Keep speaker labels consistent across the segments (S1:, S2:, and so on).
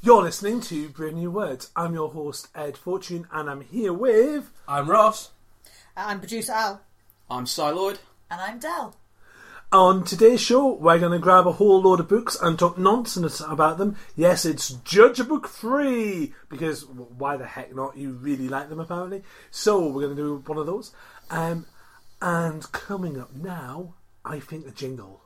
S1: You're listening to Brave New Words. I'm your host, Ed Fortune, and I'm here with.
S2: I'm Ross.
S3: I'm producer Al.
S4: I'm Psylord.
S5: And I'm Dell.
S1: On today's show, we're going to grab a whole load of books and talk nonsense about them. Yes, it's Judge a Book 3, because w- why the heck not? You really like them, apparently. So, we're going to do one of those. Um, and coming up now, I think a jingle.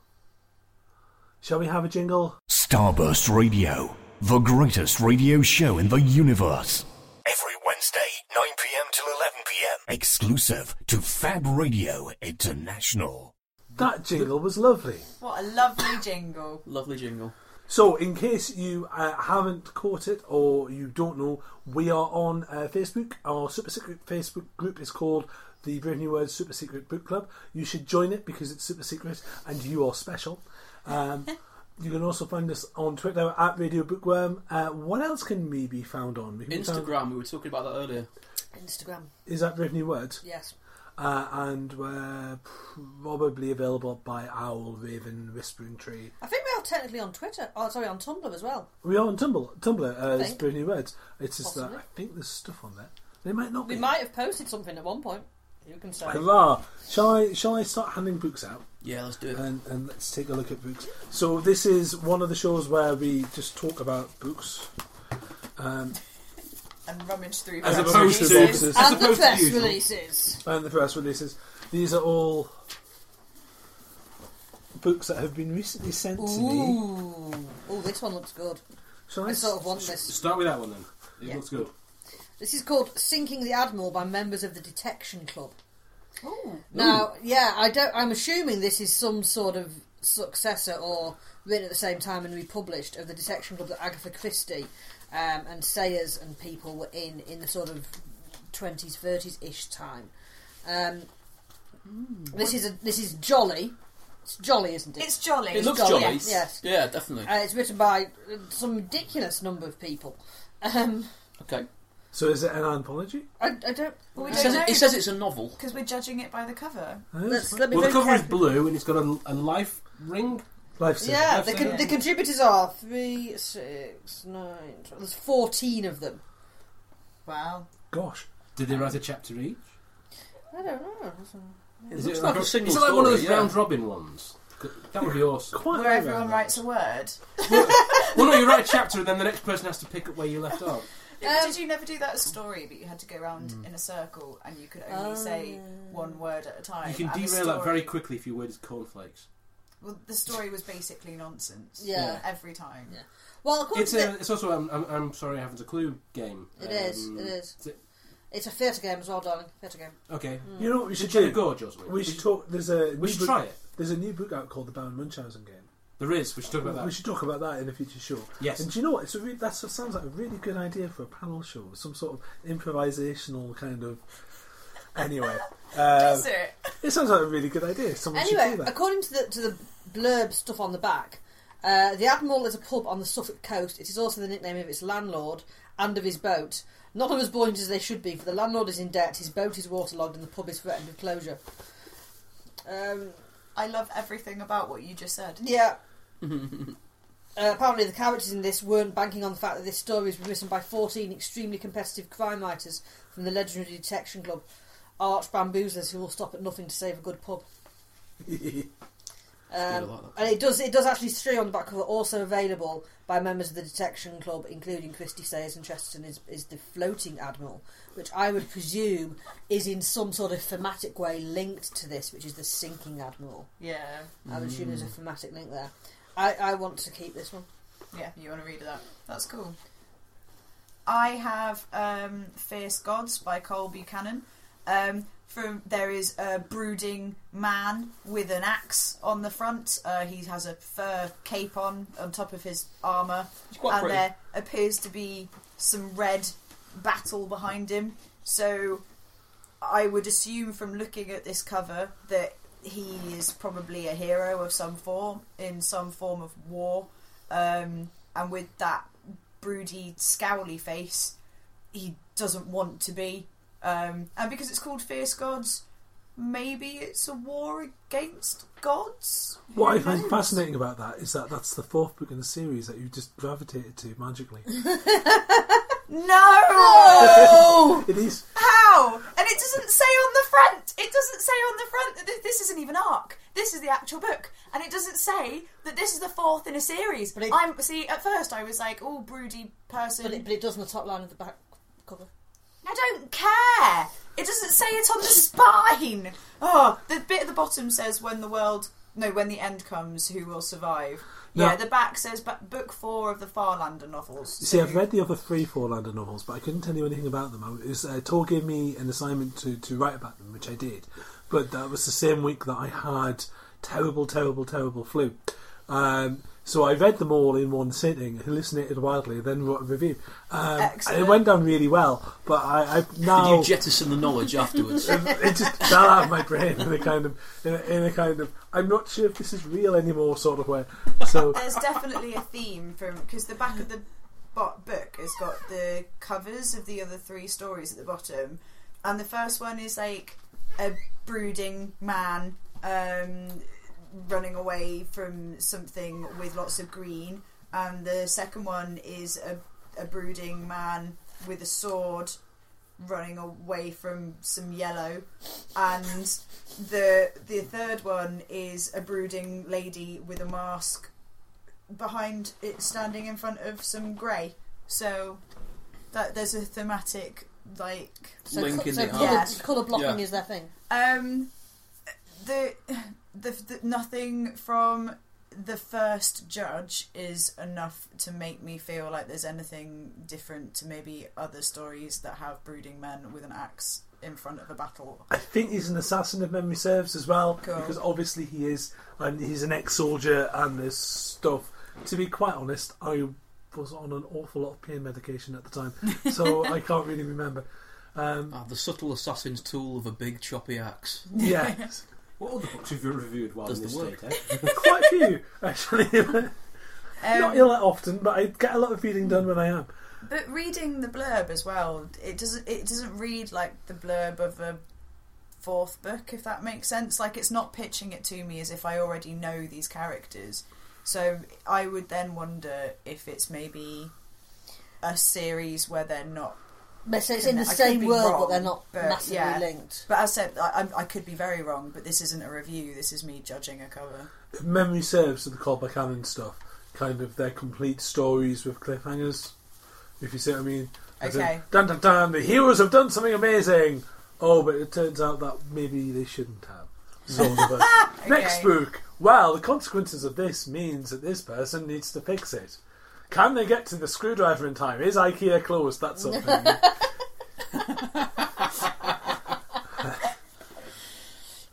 S1: Shall we have a jingle?
S6: Starburst Radio, the greatest radio show in the universe. Every Wednesday, 9 pm till 11 pm. Exclusive to Fab Radio International.
S1: That jingle was lovely.
S5: What a lovely jingle.
S4: Lovely jingle.
S1: So, in case you uh, haven't caught it or you don't know, we are on uh, Facebook. Our super secret Facebook group is called the Brave New Words Super Secret Book Club. You should join it because it's super secret and you are special. Um, you can also find us on Twitter at Radio Bookworm. Uh, what else can we be found on? We can be found-
S4: Instagram, we were talking about that earlier.
S3: Instagram.
S1: is that Brave New Words?
S3: Yes.
S1: Uh, and we're probably available by Owl, Raven, Whispering Tree.
S3: I think we are technically on Twitter. Oh, sorry, on Tumblr as well.
S1: We are on Tumblr. Tumblr uh, is
S3: think.
S1: Brave New Words. It's just that
S3: Possibly.
S1: I think there's stuff on there. They might not
S3: We
S1: be.
S3: might have posted something at one point. You can say.
S1: Hurrah! Shall I? Shall I start handing books out
S4: Yeah, let's do it.
S1: and, and let's take a look at books? So this is one of the shows where we just talk about books. Um,
S5: And rummage through
S2: As
S5: press
S2: opposed to
S5: releases.
S2: boxes.
S3: And the
S2: opposed to
S3: press
S2: usual.
S3: releases.
S1: and the press releases. These are all books that have been recently sent to me.
S3: Ooh. Oh, this one looks good.
S1: Shall
S3: I
S1: s-
S3: sort of want this.
S2: Start with that one then. It
S3: Yeah.
S2: looks good.
S3: This is called Sinking the Admiral by members of the Detection Club.
S5: Ooh.
S3: Now, yeah, I don't. I'm assuming this is some sort of successor or written at the same time and republished of the Detection Club that Agatha Christie um, and Sayers and people were in in the sort of 20s, 30s ish time. Um, this is a this is jolly. It's jolly, isn't it?
S5: Mm. It's jolly.
S4: It looks
S3: jolly,
S4: jolly.
S3: yes.
S4: Yeah, definitely.
S3: uh, it's written by uh, some ridiculous number of people. Um,
S4: Okay.
S1: So is it an anthology?
S3: I, I don't.
S5: Well, we
S4: It
S5: don't
S4: says,
S5: know
S4: it, it says it's a novel.
S5: because we're judging it by the cover.
S3: Let's, let me
S2: Well, the
S3: very
S2: cover is
S3: carefully-
S2: blue and it's got a, a life ring.
S1: Life's
S3: Yeah,
S2: That's
S3: the,
S2: it.
S3: con- the contributors are three, six, nine. 12. There's fourteen of them.
S5: Wow.
S1: Gosh,
S2: Did they write a chapter each?
S3: I don't know.
S4: It looks like a single
S2: Is it like one of
S4: story,
S2: those
S4: yeah.
S2: round robin ones? That would be awesome.
S1: quite.
S5: Where
S1: a
S5: everyone
S1: round.
S5: writes a word.
S2: well, no, you write a chapter and then the next person has to pick up where you left off.
S3: Um,
S5: Did you never do that story, but you had to go around
S2: Mm.
S5: in a circle and you could only say one word at a time?
S2: You can
S5: and the
S2: derail that very
S5: story-
S2: quickly if your word is cornflakes.
S5: Well, the story was basically nonsense.
S3: Yeah.
S5: Every time.
S3: Yeah. Well, according
S2: It's,
S3: to
S2: a, it's also, um, I'm, I'm sorry, I haven't a clue game. Um,
S3: It is, it is.
S2: is it-
S3: the, it's a theatre game as well, darling. Theatre game.
S2: Okay.
S3: Hmm.
S1: You know what we
S2: Should
S1: should
S2: Jenna
S1: do?
S2: Gorge or something?
S1: We should talk. There's a.
S2: we
S1: new
S2: should
S1: book-
S2: try it.
S1: There's a new book out called The Baron Munchausen Game.
S2: There is. We should talk about
S1: We
S2: that.
S1: should talk about that in a future show.
S2: Yes.
S1: And do you know what? It's a re- that sounds like a really good idea for a panel show. Some sort of improvisational kind of. Anyway, um,
S5: Is it?
S1: it sounds like a really good idea. Someone
S3: Anyway,
S1: should do that.
S3: according to the to the blurb stuff on the back, uh, the Admiral is a pub on the Suffolk coast. It is also the nickname of its landlord and of his boat. Not of as buoyant as they should be, for the landlord is in debt, his boat is waterlogged, and the pub is threatened with closure. Um,
S5: I love everything about what you just said.
S3: Yeah. uh, apparently, the characters in this weren't banking on the fact that this story was written by 14 extremely competitive crime writers from the legendary Detection Club, arch bamboozlers who will stop at nothing to save a good pub.
S4: good, I
S3: Um,
S4: like that.
S3: and it does it does actually stray on the back cover, also available by members of the Detection Club, including Christy Sayers and Chesterton, is, is the Floating Admiral, which I would presume is in some sort of thematic way linked to this, which is the Sinking Admiral.
S5: Yeah.
S3: I would assume there's a thematic link there. I, I want to keep this one.
S5: Yeah, you want to read that. That's cool. I have um, Fierce Gods by Cole Buchanan. Um, from there is a brooding man with an axe on the front. Uh, he has a fur cape on on top of his armor,
S4: It's quite
S5: and
S4: pretty.
S5: there appears to be some red battle behind him. So I would assume from looking at this cover that he is probably a hero of some form in some form of war. Um, and with that broody, scowly face, he doesn't want to be. Um, and because it's called Fierce Gods, maybe it's a war against gods.
S1: What I
S5: Who
S1: find
S5: knows?
S1: fascinating about that is that that's the fourth book in the series that you just gravitated to magically.
S5: No,
S1: It is.
S5: how? And it doesn't say on the front. It doesn't say on the front that thi- this isn't even arc. This is the actual book, and it doesn't say that this is the fourth in a series.
S3: But it-
S5: I'm see. At first, I was like, "Oh, broody person."
S3: But it, but it does on the top line of the back cover.
S5: I don't care. It doesn't say it's on the spine. Oh, the bit at the bottom says when the world, no, when the end comes, who will survive.
S1: No.
S5: Yeah, the back says ba- book four of the Farlander novels.
S1: You see, I've read the other three Forlander novels, but I couldn't tell you anything about them. I was, uh, Tor gave me an assignment to, to write about them, which I did. But that was the same week that I had terrible, terrible, terrible flu. Um, so I read them all in one sitting, hallucinated wildly, then wrote a review. Um, and it
S5: Excellent.
S1: went down really well, but I, I've now
S4: Did you jettison the knowledge afterwards?
S1: it just fell out of my brain in a kind of in a, in a kind of I'm not sure if this is real anymore sort of way. So
S5: There's definitely a theme from because the back of the bo- book has got the covers of the other three stories at the bottom, and the first one is like a brooding man um, running away from something with lots of green, and the second one is a, a brooding man with a sword running away from some yellow and the the third one is a brooding lady with a mask behind it standing in front of some grey. So that there's a thematic like
S3: So,
S4: Link in
S3: so
S4: the
S3: colour,
S5: arc.
S3: colour blocking
S4: Yeah.
S3: is their thing.
S5: um the the, the nothing from the first judge is enough to make me feel like there's anything different to maybe other stories that have brooding men with an axe in front of a battle.
S1: I think he's an assassin if memory serves as well
S5: Cool.
S1: because obviously he is and he's an ex-soldier and this stuff. To be quite honest, I was on an awful lot of pain medication at the time, so I can't really remember. Um,
S4: Ah, the subtle assassin's tool of a big choppy axe.
S1: yeah,
S2: What other books have you reviewed while
S4: Does
S2: in
S4: the
S2: this
S4: work.
S2: state? Eh?
S1: quite a few actually. Not
S5: Um,
S1: ill that often, but I get a lot of reading done when I am.
S5: But reading the blurb as well, it doesn't it doesn't read like the blurb of a fourth book, if that makes sense. Like it's not pitching it to me as if I already know these characters. So I would then wonder if it's maybe a series where they're not.
S3: But So it's in the
S5: I could
S3: same
S5: be
S3: world, but
S5: wrong,
S3: they're not
S5: but
S3: massively
S5: yeah.
S3: linked.
S5: But as I said, I, I, I could be very wrong. But this isn't a review. This is me judging a cover.
S1: If memory serves to the Colbert Cannon stuff, kind of their complete stories with cliffhangers, if you see what I mean. As in,
S5: Okay.
S1: dun dun dun, the heroes have done something amazing! Oh, but it turns out that maybe they shouldn't have. Sort of a- Next
S5: Okay.
S1: book! Well, the consequences of this means that this person needs to fix it. Can they get to the screwdriver in time? Is IKEA closed? That sort of thing.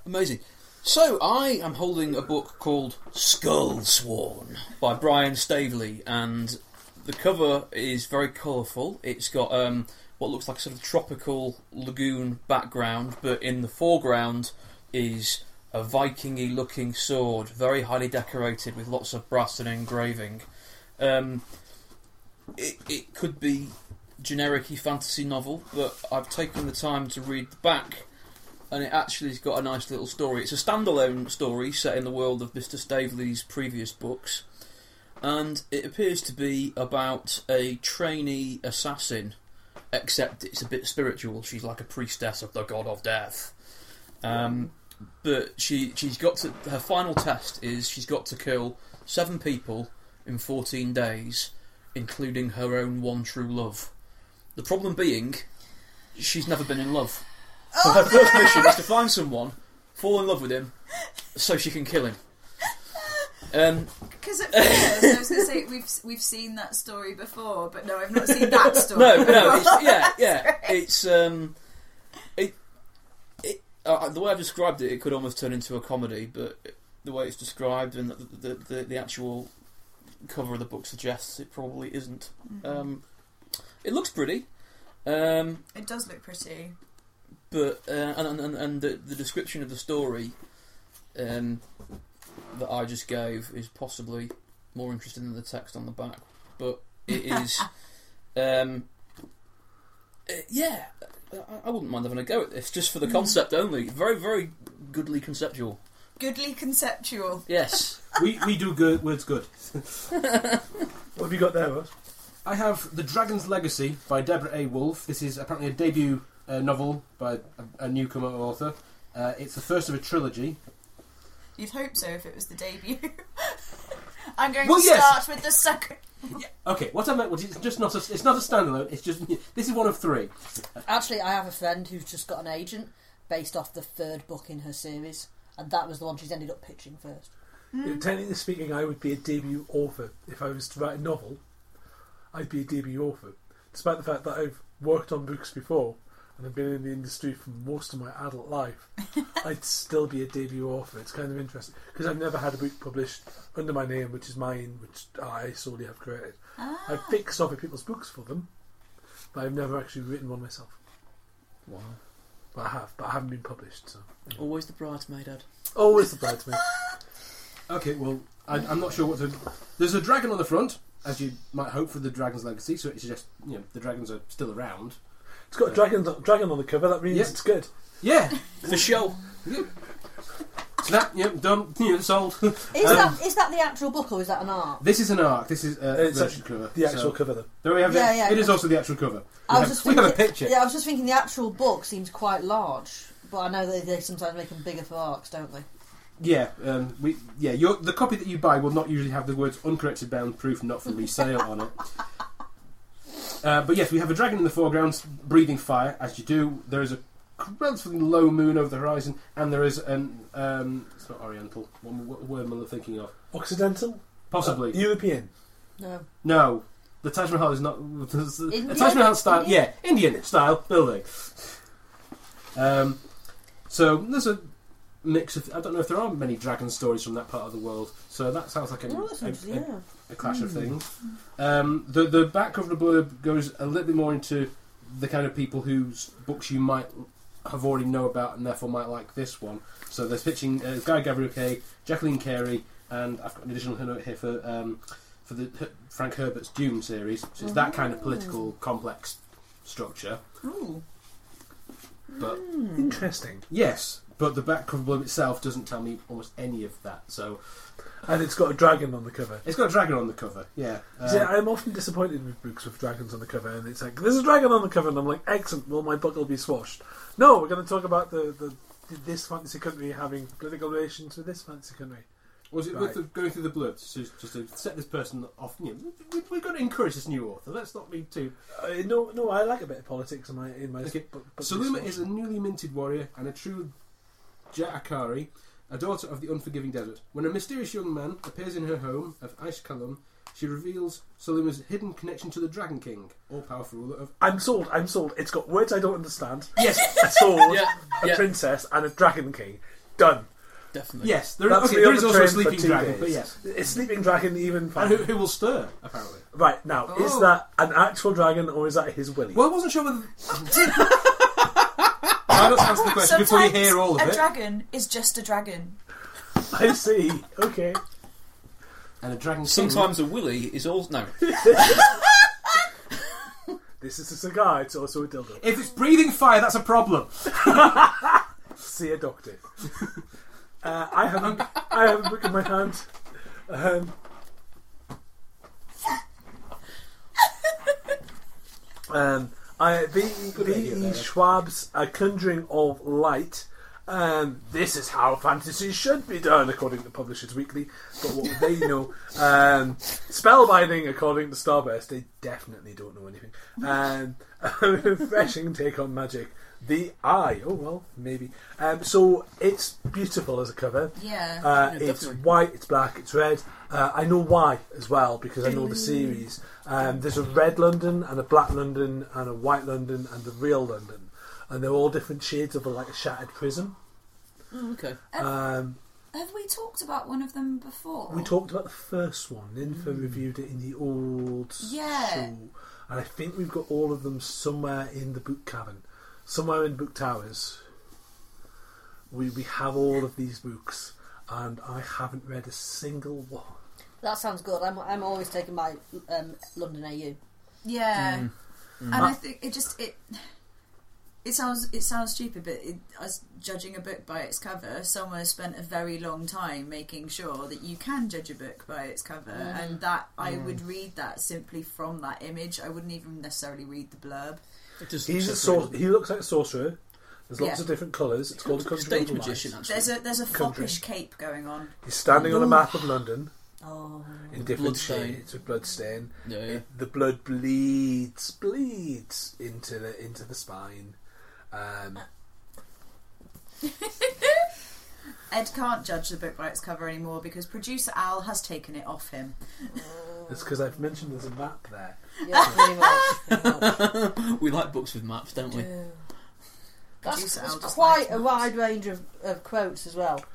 S4: Amazing. So I am holding a book called Skull Sworn by Brian Staveley, and the cover is very colourful. It's got um, what looks like a sort of tropical lagoon background, but in the foreground is a Vikingy looking sword, very highly decorated with lots of brass and engraving. Um, it, it could be generic fantasy novel, but I've taken the time to read the back and it actually has got a nice little story. It's a standalone story set in the world of Mr. Staveley's previous books, and it appears to be about a trainee assassin, except it's a bit spiritual. She's like a priestess of the god of death. Um, but she she's got to her final test is she's got to kill seven people in 14 days, including her own one true love. The problem being, she's never been in love. So her first mission is to find someone, fall in love with him, so she can kill him. Um,
S5: Because at first I was going to say we've we've seen that story before, but no, I've not seen that story.
S4: no, no, it's, yeah, yeah, it's um, it, it, uh, the way I've described it, it could almost turn into a comedy, but the way it's described and the the, the, the actual cover of the book suggests it probably isn't. Um, it looks pretty. Um,
S5: it does look pretty.
S4: but uh, and and- and, and the, the description of the story um, that I just gave is possibly more interesting than the text on the back, but it is, um, uh, yeah, I- I wouldn't mind having a go at this, just for the
S5: Hmm.
S4: concept only. Very, very goodly conceptual.
S5: Goodly conceptual.
S4: Yes.
S2: we, we do good, words good.
S1: What have you got there, Ross?
S2: I have The Dragon's Legacy by Deborah A. Wolfe. This is apparently a debut uh, novel by a, a newcomer author. Uh, it's the first of a trilogy.
S5: You'd hope so if it was the debut. I'm going
S2: Well,
S5: to
S2: yes.
S5: start with the second.
S2: Okay, what I meant was it's just not a, it's not a standalone. It's just this is one of three.
S3: Actually, I have a friend who's just got an agent based off the third book in her series, and that was the one she's ended up pitching first.
S1: Technically speaking, I would be a debut author if I was to write a novel. I'd be a debut author, despite the fact that I've worked on books before and I've been in the industry for most of my adult life. I'd still be a debut author. It's kind of interesting because I've never had a book published under my name, which is mine, which I solely have created. I've fixed other people's books for them, but I've never actually written one myself.
S4: Wow.
S1: But I have, but I haven't been published. So
S4: Always the bridesmaid, Ed.
S1: always the bridesmaid.
S2: Okay, well I, I'm not sure what to. There's a dragon on the front, as you might hope for the Dragon's Legacy. So it suggests you know the dragons are still around.
S1: It's got a dragon, dragon on the cover. That means
S2: Yeah.
S1: it's good.
S2: Yeah,
S4: For sure.
S2: snap. Yep, done. You know, sold.
S3: Is that is that the actual book or is that an art?
S2: this is an arc. This is uh,
S1: It's
S2: the
S1: actually
S2: cover.
S1: The actual
S2: so-
S1: cover, though.
S2: There we have
S3: Yeah,
S2: it.
S3: yeah,
S2: it is
S3: yeah.
S2: also the actual cover.
S3: I was
S2: We have-
S3: just
S2: we
S3: thinking,
S2: have a picture.
S3: Yeah, I was just thinking the actual book seems quite large, but I know that they sometimes make them bigger for arcs, don't they?
S2: Yeah, um, we yeah. Your, the copy that you buy will not usually have the words "uncorrected bound proof, not for resale" on it. Uh, but yes, we have a dragon in the foreground breathing fire, as you do. There is a relatively low moon over the horizon, and there is an um, it's not Oriental. What, what word am I thinking of?
S1: Occidental? Uh,
S2: Possibly
S1: European.
S3: No.
S2: no. The Taj Mahal is not the
S3: Indian?
S2: Taj Mahal style.
S3: Indian?
S2: Yeah, Indian style building. Um, so there's a mix of. I don't know if there are many dragon stories from that part of the world. So that sounds like a,
S3: Oh, that's
S2: a-
S3: interesting,
S2: a-
S3: yeah.
S2: a clash of things. Um, the the back cover of the blurb goes a little bit more into the kind of people whose books you might have already know about and therefore might like this one. So they're pitching uh, Guy Gavrique, Jacqueline Carey, and I've got an additional note here for um, for the Her- Frank Herbert's Dune series. So it's that kind of political complex structure.
S5: Ooh.
S2: But
S1: Interesting.
S2: yes, but the back cover blurb itself doesn't tell me almost any of that. So
S1: And it's got a dragon on the cover.
S2: it's got a dragon on the cover. Yeah.
S1: See,
S2: Um,
S1: I'm often disappointed with books with dragons on the cover, and it's like, there's a dragon on the cover, and I'm like, excellent, will my book will be swashed? No, we're going to talk about the, the this fantasy country having political relations with this fantasy country.
S2: Was it
S1: Right.
S2: worth of going through the blurb to, just to set this person off? You know, we, we've got to encourage this new author. Let's not be too.
S1: Uh, no, no, I like a bit of politics in my in my
S2: Okay.
S1: book. book
S2: Saluma
S1: this
S2: is a
S1: one.
S2: newly minted warrior and a true Ja'akari, a daughter of the unforgiving desert. When a mysterious young man appears in her home of Ashkelon, she reveals Saluma's hidden connection to the Dragon King, all-powerful ruler of.
S1: I'm sold. I'm sold. It's got words I don't understand.
S4: Yes,
S1: A sword,
S4: Yeah,
S1: a
S4: yeah.
S1: princess, and a dragon king. Done.
S4: definitely.
S2: Yes, there,
S1: That's
S2: okay,
S1: me
S2: there
S1: on
S2: is
S1: the
S2: also a
S1: train for
S2: sleeping
S1: two
S2: dragon,
S1: days.
S2: but yes.
S1: Is sleeping dragon even
S2: And who,
S1: fine?
S2: who will stir? Apparently.
S1: Right now, is
S2: Oh.
S1: that an actual dragon or is that his willy?
S2: Well, I wasn't sure whether. I don't answer the question before you
S5: Sometimes
S2: hear all of
S5: a
S2: it.
S5: dragon is just a dragon.
S1: I see. Okay.
S2: and a dragon.
S4: Sometimes a willy is all. No.
S1: This is a cigar. It's also a dildo.
S2: If it's breathing fire, that's a problem.
S1: See a doctor. uh, I have I have a book in my hand. Um, um, I V
S2: idea
S1: E
S2: there.
S1: Schwab's A Conjuring of Light. Um, this is how fantasy should be done, according to Publishers Weekly. But what they know, um, spellbinding, according to Starburst, they definitely don't know anything. Um, a refreshing take on magic. The Eye. Oh well, maybe. Um, so it's beautiful as a cover.
S3: Yeah.
S1: Uh,
S4: Yeah,
S1: it's
S4: definitely.
S1: white, it's black, it's red. Uh, I know why as well because I know
S4: Mm.
S1: the series. Um, there's a red London and a black London and a white London and a real London, and they're all different shades of like a shattered prism.
S4: Oh, okay.
S1: Um,
S5: Have we talked about one of them before?
S4: oh.
S1: we talked about the first one. Ninfa
S4: Mm.
S1: reviewed it in the old
S5: Yeah.
S1: show, and I think we've got all of them somewhere in the book cavern, somewhere in book towers. We we have all of these books, and I haven't read a single one.
S3: That sounds good. I'm, I'm always taking my um, London AU.
S4: Mm.
S5: Yeah, and I think it just it. It sounds it sounds stupid, but it, as judging a book by its cover, someone has spent a very long time making sure that you can judge a book by its cover,
S2: Mm.
S5: and that I would read that simply from that image. I wouldn't even necessarily read the blurb.
S4: It does
S1: He's a
S4: look
S1: sor-
S4: separate.
S1: he looks like a sorcerer. There's lots
S5: Yeah.
S1: of different colours. It's called a country
S4: stage
S1: of lights.
S4: magician. Actually,
S5: There's a there's a
S1: Country.
S5: foppish cape going on.
S1: He's standing on a map of London
S5: Oh,
S1: in different
S4: blood stain.
S1: shades of blood stain.
S4: yeah, yeah.
S1: The blood bleeds, bleeds into the into the spine. Um,
S5: Ed can't judge the book by its cover anymore because producer Al has taken it off him.
S1: it's because I've mentioned there's a map there.
S3: Yeah, pretty much. Pretty much.
S4: we like books with maps, don't we?
S3: That's,
S5: Producer
S3: that's
S5: Al just
S3: quite
S5: likes
S3: a
S5: maps.
S3: wide range of, of quotes as well.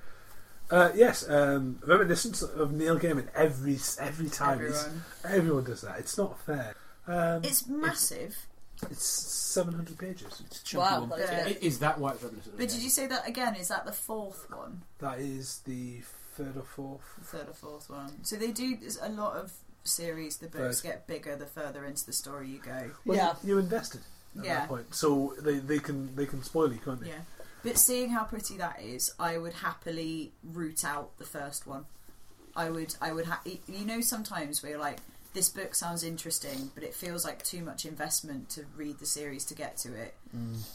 S1: Uh, yes, um, reminiscence of Neil Gaiman every every time. It's-
S5: Everyone.
S1: everyone does that. It's not fair. Um,
S5: It's massive.
S1: it's 700 pages.
S4: It's a chunky
S3: Wow,
S4: one.
S3: that
S5: Yeah.
S3: is
S2: I-
S3: it.
S2: Is that why it's reminiscent? of
S5: But did
S2: Games?
S5: you say that again? Is that the fourth one?
S1: That is the third or fourth.
S5: The third or fourth one. So they do there's a lot of series. The books get bigger the further into the story you go.
S1: Well,
S3: Yeah.
S1: you invested at
S5: Yeah.
S1: that point, so they, they can they can spoil you, can't they?
S5: Yeah. But seeing how pretty that is, I would happily root out the first one. I would, I would, ha- you know, sometimes where you're like, this book sounds interesting, but it feels like too much investment to read the series to get to it.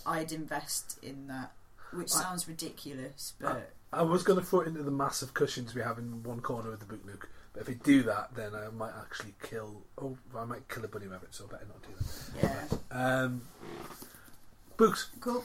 S5: I'd invest in that, which
S1: Mm. I-
S5: sounds ridiculous, but
S1: I was going to throw it into the massive cushions we have in one corner of the book, Luke. But if we do that, then I might actually kill. Oh, I might kill a bunny rabbit, so I better not do
S5: yeah,
S1: that. Um, books.
S5: cool.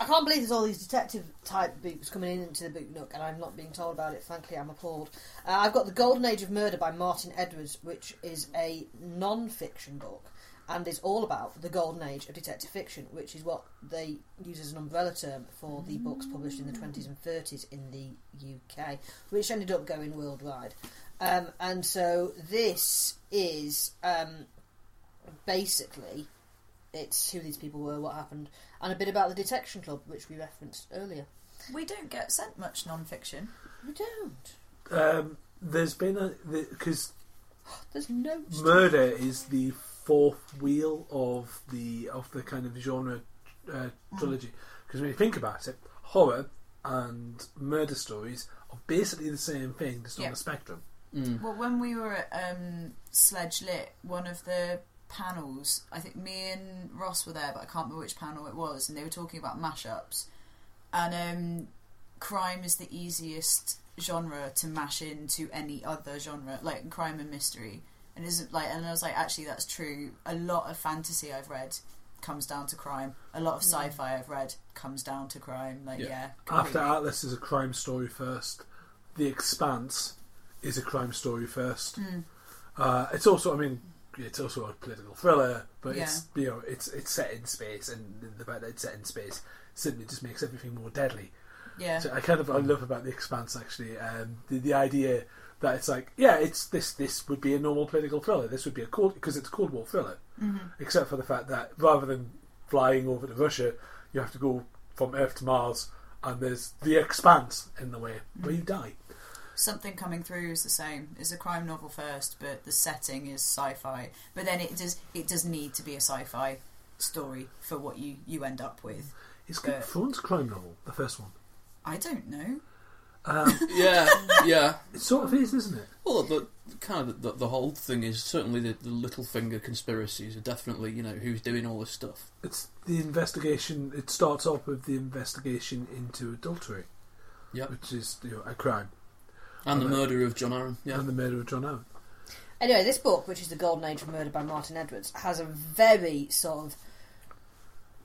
S3: I can't believe there's all these detective type books coming in into the book nook, and I'm not being told about it. Frankly, I'm appalled. Uh, I've got The Golden Age of Murder by Martin Edwards, which is a non fiction book and is all about the golden age of detective fiction, which is what they use as an umbrella term for the books published in the 20s and 30s in the UK, which ended up going worldwide. Um, and so this is um, basically it's who these people were, what happened, and a bit about the detection club, which we referenced earlier.
S5: We don't get sent much non-fiction.
S3: We don't.
S1: Um, there's been a because
S3: There's no.
S1: murder is the fourth wheel of the of the kind of genre uh,
S5: Mm.
S1: trilogy. Because when you think about it, horror and murder stories are basically the same thing, just on
S5: Yeah.
S1: the spectrum.
S4: Mm.
S5: Well, when we were at um, Sledge Lit, one of the panels, I think me and Ross were there, but I can't remember which panel it was, and they were talking about mashups. And um, crime is the easiest genre to mash into any other genre, like crime and mystery. And isn't like, and I was like, actually, that's true. A lot of fantasy I've read comes down to crime. A lot of sci-fi I've read comes down to crime. Like,
S4: Yeah.
S5: yeah,
S1: After
S5: completely.
S1: Atlas is a crime story first. The Expanse is a crime story first. Uh, it's also, I mean, it's also a political thriller, but it's you know, it's it's set in space, and the fact that it's set in space simply just makes everything more deadly.
S5: yeah,
S1: So I kind of I love about the Expanse actually um, the the idea that it's like yeah it's this this would be a normal political thriller this would be a cold because it's a Cold War thriller except for the fact that rather than flying over to Russia you have to go from Earth to Mars and there's the Expanse in the way where you die
S5: Something Coming Through is the same. It's a crime novel first, but the setting is sci-fi. But then it does it does need to be a sci-fi story for what you you end up with.
S1: it's Game
S5: Uh,
S1: of Thrones crime novel the first one Um,
S5: I don't know.
S4: yeah, yeah.
S1: it sort of is isn't it
S4: Well, the kind of the, the whole thing is certainly the, the Littlefinger conspiracies are definitely you know who's doing all this stuff.
S1: it's the investigation it starts off with the investigation into adultery
S4: Yeah,
S1: which is you know, a crime
S4: and the murder of John Aaron.
S2: Um,
S4: Yeah,
S1: and the murder of John Owen
S3: Anyway, this book, which is The Golden Age of Murder by Martin Edwards, has a very sort of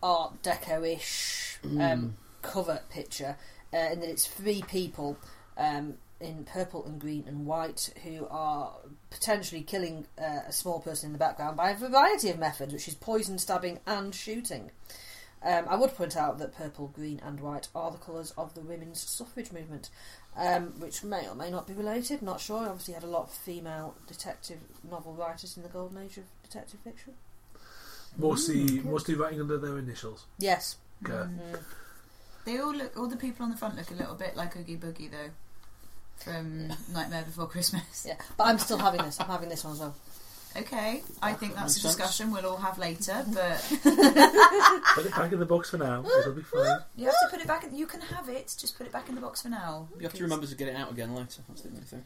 S3: Art Deco ish um, cover picture, uh, in that it's three people um, in purple and green and white who are potentially killing uh, a small person in the background by a variety of methods, which is poison, stabbing, and shooting. Um, I would point out that purple, green, and white are the colours of the women's suffrage movement, um, which may or may not be related. Not sure. Obviously, had a lot of female detective novel writers in the golden age of detective fiction.
S1: mostly mostly writing under their initials
S3: Yes.
S1: Okay.
S5: Mm.
S3: Mm.
S5: They all look all the people on the front look a little bit like Oogie Boogie though, from Nightmare Before Christmas.
S3: Yeah, but I'm still having this. I'm having this one as well.
S5: Okay, I think that's a
S4: makes sense.
S5: discussion we'll all have later, but
S1: Put it back in the box for now. It'll be fine.
S5: you have to put it back. In, you can have it, just put it back in the box for now.
S4: You have to remember to get it out again later. That's the only thing.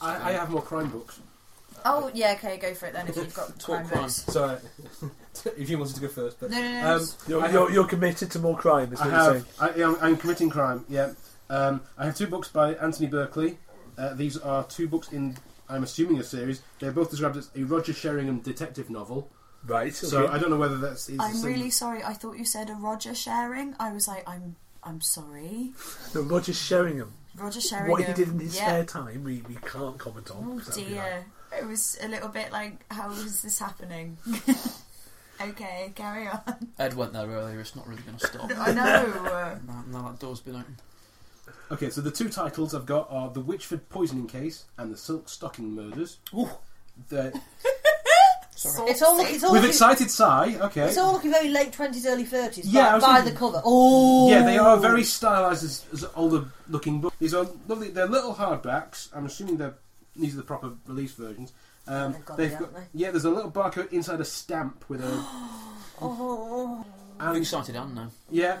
S2: I, I have more crime books.
S5: Oh yeah, okay, go for it then if you've got
S4: Talk
S5: crime
S4: crime.
S5: books.
S2: So, if you wanted to go first, but
S5: No, no, no.
S2: um,
S5: it's-
S1: You're,
S2: I have-
S1: you're, you're committed to more crime, is
S2: I
S1: what you're saying.
S2: have. I, am I'm committing crime. Yeah. Um, I have two books by Anthony Berkeley. Uh, these are two books in. I'm assuming a series. They're both described as a Roger Sheringham detective novel.
S1: Right.
S2: So
S1: okay.
S2: I don't know whether that's. is the
S5: I'm
S2: same-
S5: really sorry. I thought you said a Roger sharing. I was like, I'm, I'm sorry.
S1: No, Roger Sheringham.
S5: Roger sharing.
S1: What he did in his
S5: yeah.
S1: spare time, we, we can't comment on.
S5: Oh
S1: 'cause that'd be like-
S5: dear. It was a little bit like, how is this happening? okay, carry on.
S4: Ed went there earlier. It's not really going to stop.
S5: I know.
S4: now, now that door's been opened.
S2: Okay, so the two titles I've got are The Witchford Poisoning Case and The Silk Stocking Murders.
S4: Ooh.
S2: They're-
S4: Sorry.
S3: It's all looking.
S5: Oh,
S3: It's all
S2: with
S3: looking,
S2: excited sigh, okay.
S3: It's all looking very late twenties, early thirties.
S2: Yeah, I
S3: Yeah,
S2: was
S3: by,
S2: thinking-
S3: the cover. Oh,
S2: Yeah, they are very stylised as, as older looking books. These are lovely. They're little hardbacks. I'm assuming they're these are the proper release versions. Um,
S3: They've got
S2: they've
S3: it,
S2: got,
S3: haven't
S2: yeah, there's a little barcode inside a stamp with a
S3: Oh,
S4: I'm
S2: and
S4: excited, Anne, now.
S2: yeah.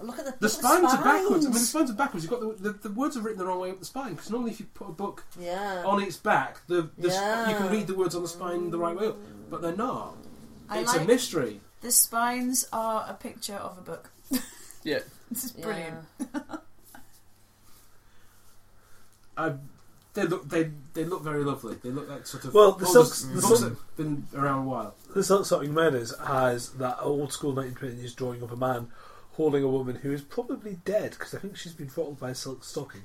S3: look at the,
S2: The
S3: look at
S2: spines are backwards. I mean, the
S3: spines.
S2: spines are backwards. You've got the the, the words are written the wrong way up the spine because normally if you put a book
S3: Yeah.
S2: on its back, the, the sp- you can
S3: Yeah.
S2: read the words on the spine the right way up, but they're not.
S5: I
S2: it's a
S5: like-
S2: mystery.
S5: The spines are a picture of a book.
S4: Yeah.
S5: This is brilliant.
S2: I, they look they they look very lovely. They look like sort of
S1: Well, the
S2: all
S1: silk-
S2: s-
S1: the
S2: books
S1: silk-
S2: that have been around a while.
S1: The Silk Something Murders has that old school 1920s drawing of a man holding a woman who is probably dead because I think she's been throttled by a silk stocking.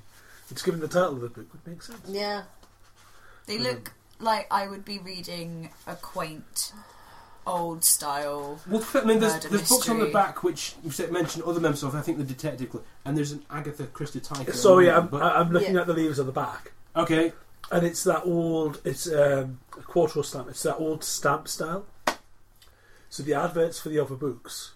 S1: Which, given the title of the book, would make sense.
S3: Yeah.
S4: Mm-hmm.
S5: They look like I would be reading a quaint, old style.
S2: Well, I mean, there's,
S5: Murder
S2: there's books on the
S5: mystery.
S2: back which you said mentioned other members of. I think the Detective Club, and there's an Agatha Christie title. Um,
S1: Sorry, I'm,
S2: but,
S1: I'm looking
S3: Yeah.
S1: at the leaves on the back,
S2: okay.
S1: and it's that old. It's um, a quarto stamp. It's that old stamp style. So the adverts for the other books,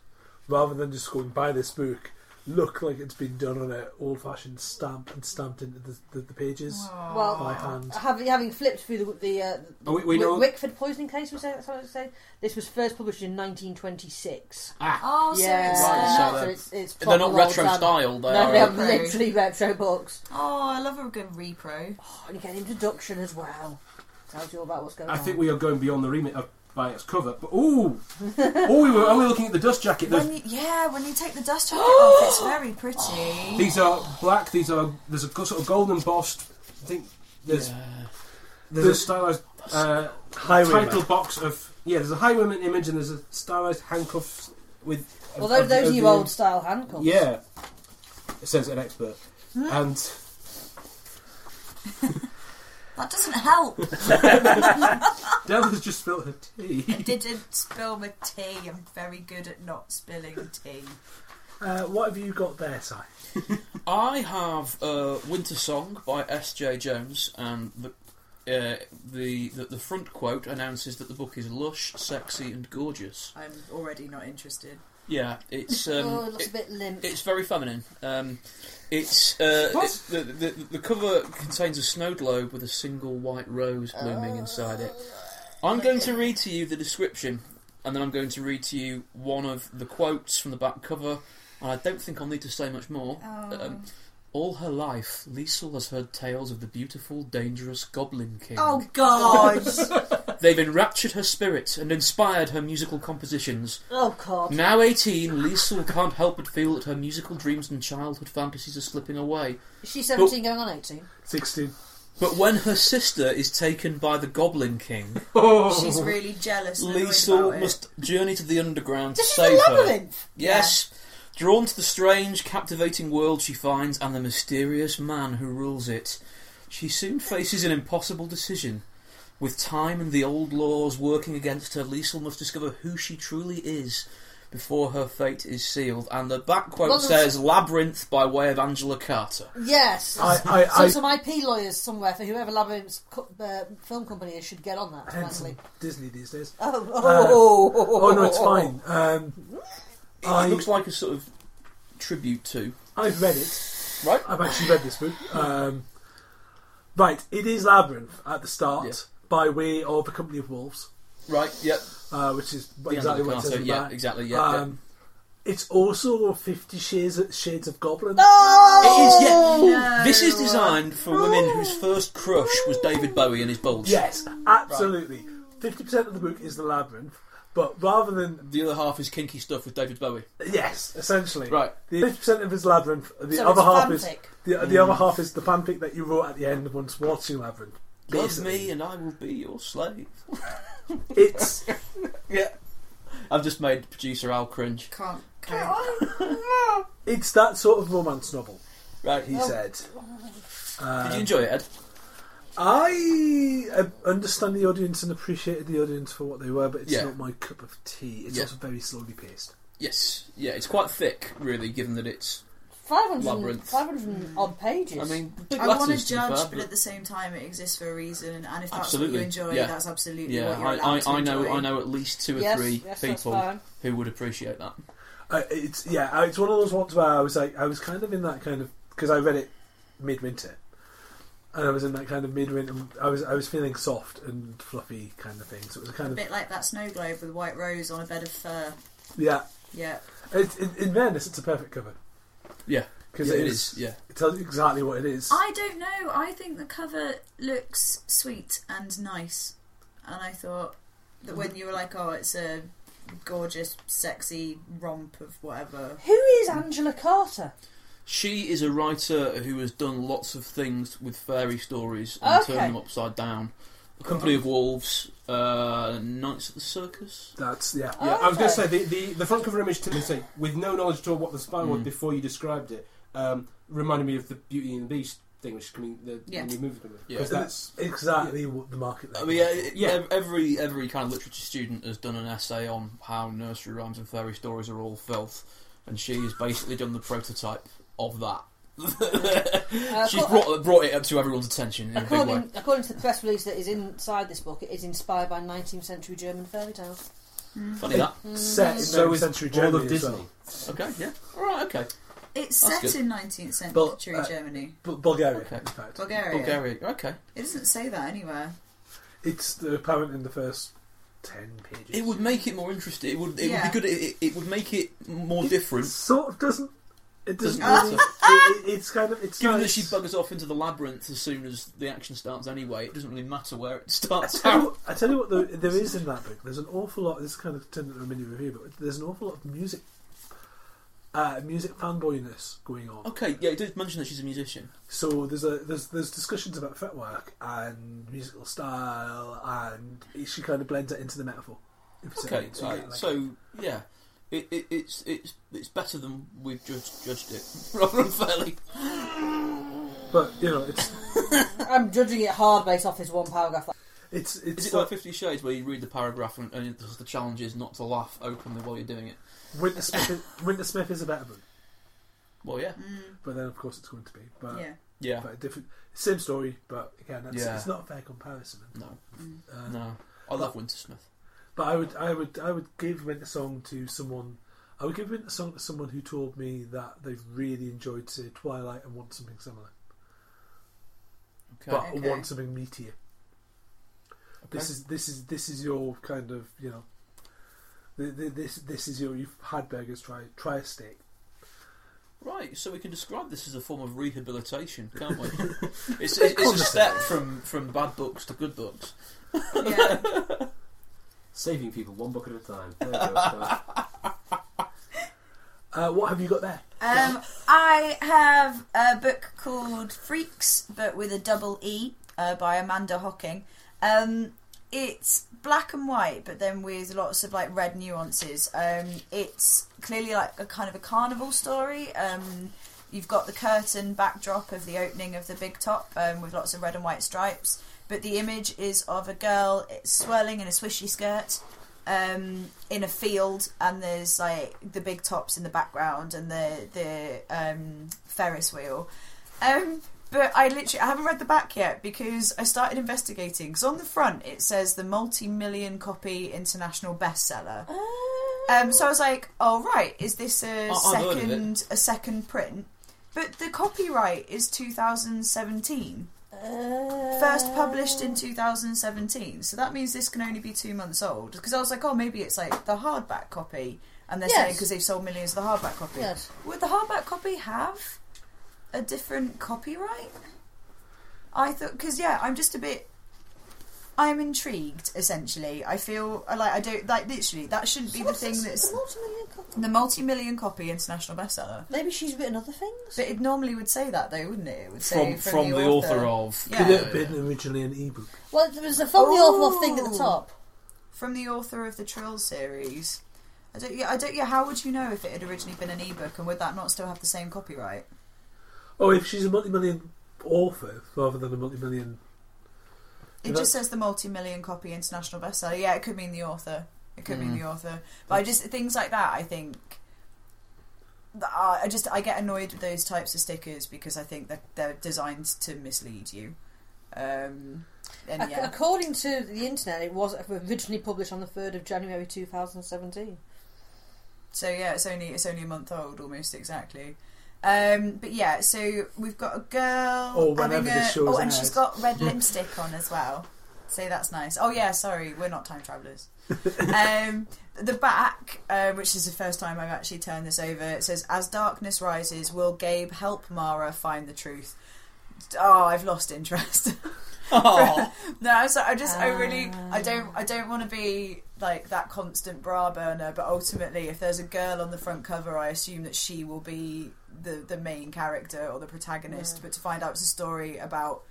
S1: rather than just going buy this book, look like it's been done on an old-fashioned stamp and stamped into the, the, the pages by
S3: Well,
S1: hand.
S3: having having flipped through the the, uh,
S2: Oh, we, we
S3: Wick-
S2: know.
S3: Wickford poisoning case. Was that that's what I was saying? This was first published in 1926.
S2: Ah,
S5: Oh,
S3: yeah,
S5: so
S4: Right,
S5: it's
S4: so
S5: not-
S4: they're-
S3: so it's, it's
S4: They're not
S3: proper
S4: retro
S3: old time.
S4: style. They
S3: No,
S4: are. uh,
S3: they are
S5: Retro.
S3: literally retro books.
S5: Oh, I love a good repro.
S3: Oh, and you get an introduction as well. Tells you all about what's going
S2: I
S3: on.
S2: think we are going beyond the remit of by its cover. But ooh, oh, we were only looking at the dust jacket. There's,
S5: When you, yeah, when you take the dust jacket off, oh, it's very pretty.
S2: these are black. These are there's a go- sort of gold embossed. I think there's there's a
S1: There's-
S2: stylized uh,
S1: Highwayman.
S2: title box of yeah. There's a highwayman image and there's a stylized handcuffs with.
S3: Well,
S2: of-
S3: those,
S2: of the-
S3: those
S2: of
S3: are
S2: the-
S3: your old style handcuffs.
S2: Yeah, it says an expert.
S3: Hmm?
S2: And
S5: That doesn't help.
S2: Dell has just spilled her tea.
S5: I didn't spill my tea. I'm very good at not spilling tea.
S1: Uh, what have you got there, Si?
S4: I have uh, Winter Song by S.J. Jones, and the, uh, the, the the front quote announces that the book is lush, sexy, and gorgeous.
S5: I'm already not interested.
S4: Yeah, it's
S3: oh,
S4: um,
S3: it looks
S4: it-
S3: a bit limp.
S4: it's very feminine. Um, it's uh,
S2: What?
S4: it- the, the the cover contains a snow globe with a single white rose blooming
S3: Oh.
S4: inside it. I'm going to read to you the description, and then I'm going to read to you one of the quotes from the back cover. And I don't think I'll need to say much more.
S5: Oh.
S4: Um, all her life, Liesel has heard tales of the beautiful, dangerous Goblin King.
S5: Oh God!
S4: They've enraptured her spirit and inspired her musical compositions.
S3: oh god.
S4: Now 18, Liesl can't help but feel that her musical dreams and childhood fantasies are slipping away.
S3: Is she 17 going on 18?
S1: 16.
S4: But when her sister is taken by the Goblin King,
S2: Oh.
S5: She's really jealous. and annoyed about
S4: Liesl
S5: it.
S4: must journey to the underground
S3: This is
S4: to
S3: a
S4: save her.
S3: labyrinth!
S4: Yes. Drawn to the strange, captivating world she finds and the mysterious man who rules it, she soon faces an impossible decision. With time and the old laws working against her, Liesl must discover who she truly is before her fate is sealed. And the back quote
S3: Well, there's-
S4: says Labyrinth by way of Angela Carter.
S3: Yes.
S1: I, I,
S3: so
S1: I,
S3: some IP lawyers somewhere for whoever Labyrinth's co- uh, film company is should get on that.
S1: Hence
S3: frankly.
S1: Disney these days.
S3: Oh, oh,
S1: oh, Oh no, it's fine. Um,
S4: It,
S1: I-
S4: looks like a sort of tribute to.
S1: I've read it.
S4: Right?
S1: I've actually read this book. Um, right, it is labyrinth at the start, by way of a company of wolves,
S4: Right, yep.
S1: uh, which is
S4: The
S1: exactly what it
S4: Underclass,
S1: says. in Um,
S4: yeah,
S1: that.
S4: exactly, yeah, yeah.
S1: It's also Fifty Shades Shades of Goblin.
S4: It is, yeah.
S5: Oh, no.
S4: This is designed for women whose first crush was David Bowie and his bulge.
S1: Yes, absolutely. Fifty percent of the book is the labyrinth, but rather than
S4: The other half is kinky stuff with David Bowie.
S1: yes, essentially,
S4: Right.
S1: The fifty percent of his labyrinth, the
S3: So
S1: other
S3: it's
S1: half is
S3: fanfic.
S1: the, the
S4: Mm.
S1: other half is the fanfic that you wrote at the end once watching labyrinth.
S4: Love me and I will be your slave.
S1: It's
S4: Yeah. I've just made producer Al cringe.
S3: Can't carry on.
S1: it's that sort of romance novel.
S4: Right,
S3: Oh.
S1: He said,
S5: uh,
S4: Did you enjoy it, Ed?
S1: "I uh, understand the audience and appreciated the audience for what they were, but it's
S4: Yeah.
S1: not my cup of tea. It's
S4: Yeah.
S1: also very slowly paced."
S4: Yes. Yeah, it's quite thick, really, given that it's.
S3: 500,
S4: Labyrinth.
S3: 500 and odd pages.
S4: I mean, big
S5: I want
S4: letters, to
S5: to
S4: be fair,
S5: judge,
S4: but-
S5: but at the same time, it exists for a reason. And if that's what
S4: Absolutely,
S5: you enjoy,
S4: yeah.
S5: that's absolutely
S4: Yeah,
S5: what you're
S4: I,
S5: allowed
S4: I,
S5: to
S4: I know
S5: enjoy.
S4: I know at least two or
S3: Yes,
S4: three
S3: yes, that's
S4: people
S3: fine.
S4: who would appreciate that.
S1: Uh, it's yeah, uh, it's one of those ones where I was like, I was kind of in that kind of because I read it midwinter, and I was in that kind of midwinter. I was I was feeling soft and fluffy kind of thing. So it was a
S5: A
S1: kind of
S5: bit like that snow globe with a white rose on a bed of fur.
S1: yeah.
S5: Yeah.
S1: It's, in, in fairness, it's a perfect cover
S4: Yeah.
S1: because
S4: Yeah,
S1: it
S4: it
S1: is.
S4: is, yeah.
S1: It tells you exactly what it is.
S5: I don't know. I think the cover looks sweet and nice, and I thought that when you were like, "Oh, it's a gorgeous, sexy romp of whatever,"
S3: Who is Angela Carter?
S4: She is a writer who has done lots of things with fairy stories and
S3: Okay.
S4: turned them upside down. A Company of Wolves, uh, Knights at the Circus.
S1: That's yeah.
S2: Yeah, I
S3: Okay.
S2: was going to say the, the, the front cover image to the thing, with no knowledge at all what the spine was before you described it, um, reminded me of the Beauty and the Beast thing, which is coming the,
S5: Yeah.
S2: the new movie coming.
S4: Yeah.
S2: Because that's
S1: exactly what the market.
S4: I mean, yeah, it-
S2: Yeah.
S4: ev- every every kind of literature student has done an essay on how nursery rhymes and fairy stories are all filth, and she has basically done the prototype of that.
S3: Uh,
S4: She's
S3: acco-
S4: brought brought it up to everyone's attention in a big way.
S3: according, according to the press release that is inside this book, it is inspired by 19th century German fairy tales. Mm.
S4: Funny that.
S1: set in
S2: so
S1: 19th
S2: is
S1: century
S2: all
S1: Germany
S2: of
S1: as
S2: Disney.
S1: well.
S4: Okay, yeah, all right, okay. That's
S5: it's set
S4: good.
S5: in nineteenth century
S1: But, uh,
S5: Germany,
S1: Bu- Bulgaria,
S4: Okay.
S1: in fact.
S5: Bulgaria.
S4: uh, Bulgaria, okay.
S5: It doesn't say that anywhere.
S1: It's the apparent in the first ten pages.
S4: It would make it more interesting. It would. It
S5: Yeah.
S4: would be good. It, it, it would make it more different.
S1: sort of doesn't. It doesn't.
S4: Doesn't
S1: really-
S4: matter.
S1: it, it, it's kind of. It's
S4: Given that
S1: nice.
S4: she buggers off into the labyrinth as soon as the action starts, anyway, it doesn't really matter where it
S1: I
S4: starts.
S1: tell, you what, I tell you what, there, there is in that book. There's an awful lot. This is kind of turned into a mini review, but there's an awful lot of music, uh, music fanboyness going on.
S4: Okay, yeah, it did mention that she's a musician.
S1: So there's a there's there's discussions about footwork and musical style, and she kind of blends it into the metaphor. if you see what I
S4: Okay,
S1: mean.
S4: so,
S1: you get, like-
S4: so yeah, it, it, it's it's it's better than we've just judged it rather unfairly.
S1: but you know, it's
S3: I'm judging it hard based off this one paragraph.
S1: it's
S4: Is
S1: it's
S4: it like
S1: like
S4: Fifty Shades where you read the paragraph and, and it's- the challenge is not to laugh openly while you're doing it?
S1: Winter Smith. Is, Winter Smith is a better book,
S4: Well, yeah,
S1: but then of course it's going to be. But
S5: Mm. yeah.
S4: yeah,
S1: but a different same story, but again, that's,
S4: Yeah.
S1: it's not a fair comparison.
S4: no,
S5: Mm.
S1: Uh,
S4: no, I love Wintersmith.
S1: But I would, I would, I would give Winter Song to someone. I would give Winter Song to someone who told me that they've really enjoyed say Twilight and want something similar,
S4: Okay,
S1: but
S5: Okay.
S1: want something meatier. This is this is this is your kind of you know. th- th- This this is your you've had burgers try try a steak.
S4: Right, so we can describe this as a form of rehabilitation, can't we? it's it's, it's a step from, from bad books to good books.
S5: yeah.
S2: saving people one book at a time. There you go.
S1: Uh, what have you got there?
S5: Um, I have a book called Freaks, but with a double E, uh, by Amanda Hocking. Um, it's black and white, but then with lots of like red nuances. Um, it's clearly like a kind of a carnival story. Um, you've got the curtain backdrop of the opening of the big top um, with lots of red and white stripes, but the image is of a girl swirling in a swishy skirt um, in a field, and there's like the big tops in the background and the the um, Ferris wheel. Um, but I literally I haven't read the back yet because I started investigating. Because on the front it says the multi-million copy international bestseller.
S3: Uh,
S5: Um, so I was like, "Oh right, is this a
S4: I- I've heard of it.
S5: second a second print?" But the copyright is 2017.
S3: Oh,
S5: first published in 2017. So that means this can only be two months old. Because I was like, oh, maybe it's like the hardback copy, and they're
S3: Yes.
S5: saying because they've sold millions of the hardback copy.
S3: Yes.
S5: Would the hardback copy have a different copyright? I thought because yeah, I'm just a bit. I'm intrigued. Essentially, I feel I like I don't like literally that shouldn't be the
S3: What's
S5: thing
S3: this-
S5: that's
S3: the multi-million copy?
S5: the multi-million copy international bestseller.
S3: Maybe she's written other things.
S5: But it normally would say that though, wouldn't it? It would say
S4: from from the author of.
S5: Yeah.
S1: Could it have been originally an ebook?
S3: Well, there was the from the
S5: Oh.
S3: awful thing at the top.
S5: from the author of the Trill series. I don't, yeah, I don't, yeah. How would you know if it had originally been an ebook, and would that not still have the same copyright?
S1: Oh, if she's a multi-million author rather than a multi-million.
S5: It
S1: Yeah,
S5: just says the multi-million copy international bestseller. Yeah, it could mean the author. It could mean the author. But I just things like that. I think. that I I just I get annoyed with those types of stickers because I think that they're designed to mislead you. Um, and
S3: Ac-
S5: yeah,
S3: According to the internet, it was originally published on the third of January two thousand seventeen.
S5: So yeah, it's only it's only a month old almost exactly. Um, but yeah, so we've got a girl.
S1: Oh, whenever
S5: having a-
S1: this show
S5: oh,
S1: is
S5: and
S1: aired.
S5: she's got red lipstick on as well. So that's nice. Oh yeah, sorry, we're not time travelers. um, the back, uh, which is the first time I've actually turned this over, it says, "As darkness rises, will Gabe help Mara find the truth?" Oh, I've lost interest.
S4: Oh,
S5: No, I'm sorry. I just, I really, I don't, I don't want to be like that constant bra burner. But ultimately, if there's a girl on the front cover, I assume that she will be the the main character or the protagonist. But to find out it's a story about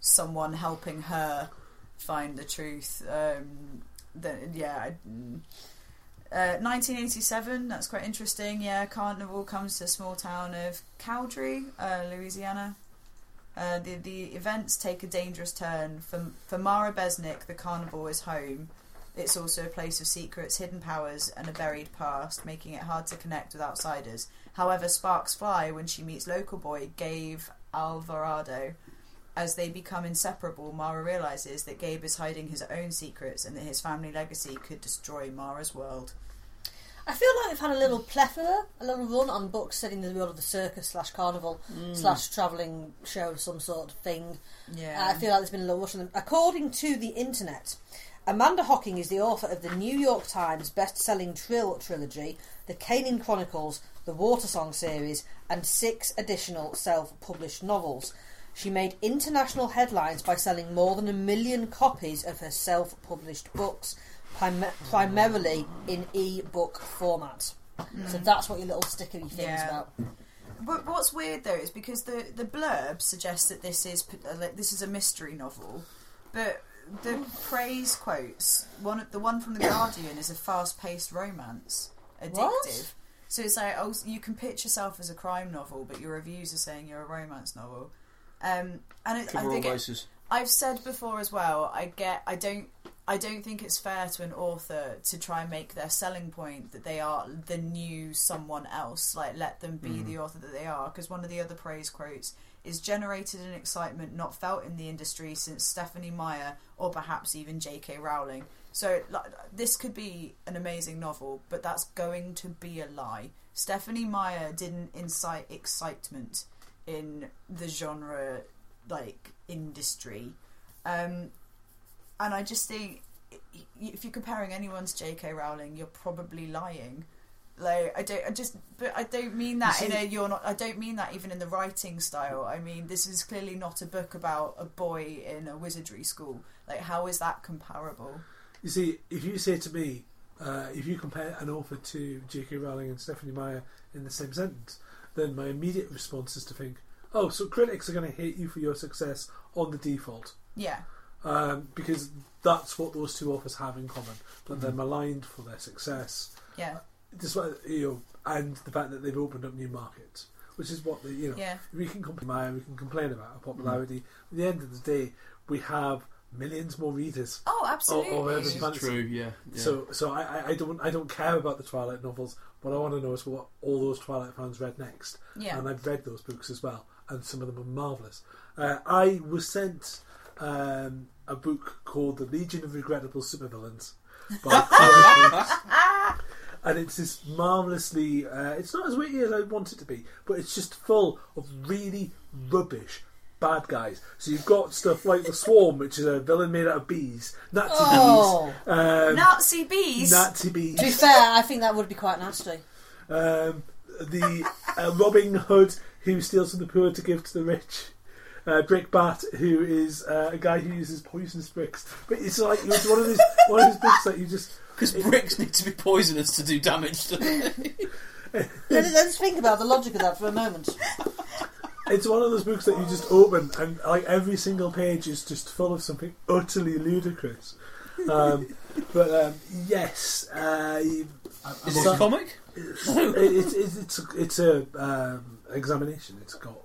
S5: someone helping her find the truth, um, then yeah. I, mm. uh, 1987. That's quite interesting. Yeah, Carnival comes to the small town of Cowdrey, uh, Louisiana. Uh, the, the events take a dangerous turn. For, for Mara Besnick, the carnival is home. It's also a place of secrets, hidden powers, and a buried past, making it hard to connect with outsiders. However, sparks fly when she meets local boy Gabe Alvarado. As they become inseparable, Mara realizes that Gabe is hiding his own secrets and that his family legacy could destroy Mara's world.
S3: I feel like we've had a little plethora, a little run on books setting the world of the circus slash carnival slash travelling show of some sort of thing.
S5: Yeah.
S3: I feel like there's been a little rush on them. According to the internet, Amanda Hocking is the author of the New York Times best-selling Trill trilogy, the Canaan Chronicles, the Water Song series, and six additional self-published novels. She made international headlines by selling more than a million copies of her self-published books, prim- primarily in e-book format. So that's what your little stickery thing's
S5: Mm. Yeah.
S3: about.
S5: But what's weird though is because the the blurb suggests that this is p- uh, like, this is a mystery novel, but the praise quotes one of the one from the Guardian is a fast paced romance, addictive.
S3: What?
S5: So it's like oh, you can pitch yourself as a crime novel, but your reviews are saying you're a romance novel. Um, and it, I
S4: cover all
S5: think it-
S4: bases.
S5: I've said before as well. I get. I don't. I don't think it's fair to an author to try and make their selling point that they are the new someone else. Like, let them be the author that they are. Because one of the other praise quotes is generated an excitement not felt in the industry since Stephanie Meyer or perhaps even J.K. Rowling. So, like, this could be an amazing novel, but that's going to be a lie. Stephanie Meyer didn't incite excitement in the genre like industry um and i just think i- i- if you're comparing anyone's jk rowling you're probably lying like i don't i just but i don't mean that in a you're not i don't mean that even in the writing style i mean this is clearly not a book about a boy in a wizardry school like how is that comparable
S1: You see, if you say to me, uh, if you compare an author to J.K. Rowling and Stephanie Meyer in the same sentence, then my immediate response is to think, oh, so critics are going to hate you for your success on the default.
S5: yeah
S1: Um, because that's what those two authors have in common, that they're maligned for their success.
S5: yeah
S1: despite you know, and the fact that they've opened up new markets, which is what the you know
S5: Yeah.
S1: we can complain about, we can complain about her popularity. At the end of the day, we have millions more readers.
S5: oh
S1: or-
S5: absolutely
S1: or urban
S4: This is
S1: fantasy.
S4: true. Yeah. yeah.
S1: So so I, I- I don't I don't care about the Twilight novels. What I want to know is what all those Twilight fans read next.
S5: Yeah.
S1: And I've read those books as well, and some of them are marvellous. Uh, I was sent um, a book called The Legion of Regrettable Supervillains by Howard Hughes. And it's this marvellously, uh, it's not as witty as I want it to be, but it's just full of really rubbish, bad guys. So you've got stuff like the Swarm, which is a villain made out of bees, Nazi
S3: Oh.
S1: bees, um,
S5: Nazi bees.
S1: Nazi
S3: To be
S1: bees,
S3: fair, I think that would be quite nasty.
S1: um, the uh, Robin Hood who steals from the poor to give to the rich. Uh, Brick Bat, who is uh, a guy who uses poisonous bricks, but it's like it's one of those one of those bricks that you just
S4: Because bricks need to be poisonous to do damage to them.
S3: Let's let's think about the logic of that for a moment.
S1: It's one of those books that you just open and like every single page is just full of something utterly ludicrous. Um, but um, yes, uh, you-
S4: Is
S1: It's
S4: this
S1: not-
S4: a comic?
S1: it, it's it's it's a, it's a um, examination. It's got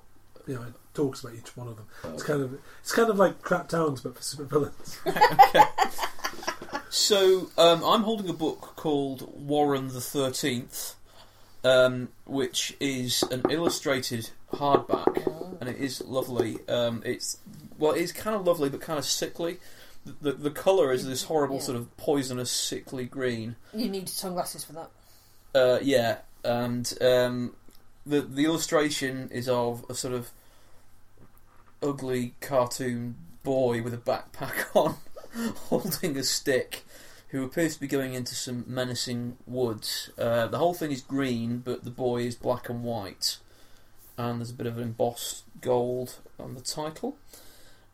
S1: you know it talks about each one of them. It's kind of it's kind of like crap towns but for supervillains.
S4: So um, I'm holding a book called Warren the Thirteenth, um, which is an illustrated hardback, and it is lovely. Um, it's well, it's kind of lovely, but kind of sickly. The, the, the colour is this horrible
S3: Yeah.
S4: sort of poisonous, sickly green.
S3: You need sunglasses for that.
S4: Uh, yeah, and um, the the illustration is of a sort of ugly cartoon boy with a backpack on, holding a stick, who appears to be going into some menacing woods. Uh, the whole thing is green, but the boy is black and white, and there's a bit of an embossed gold on the title.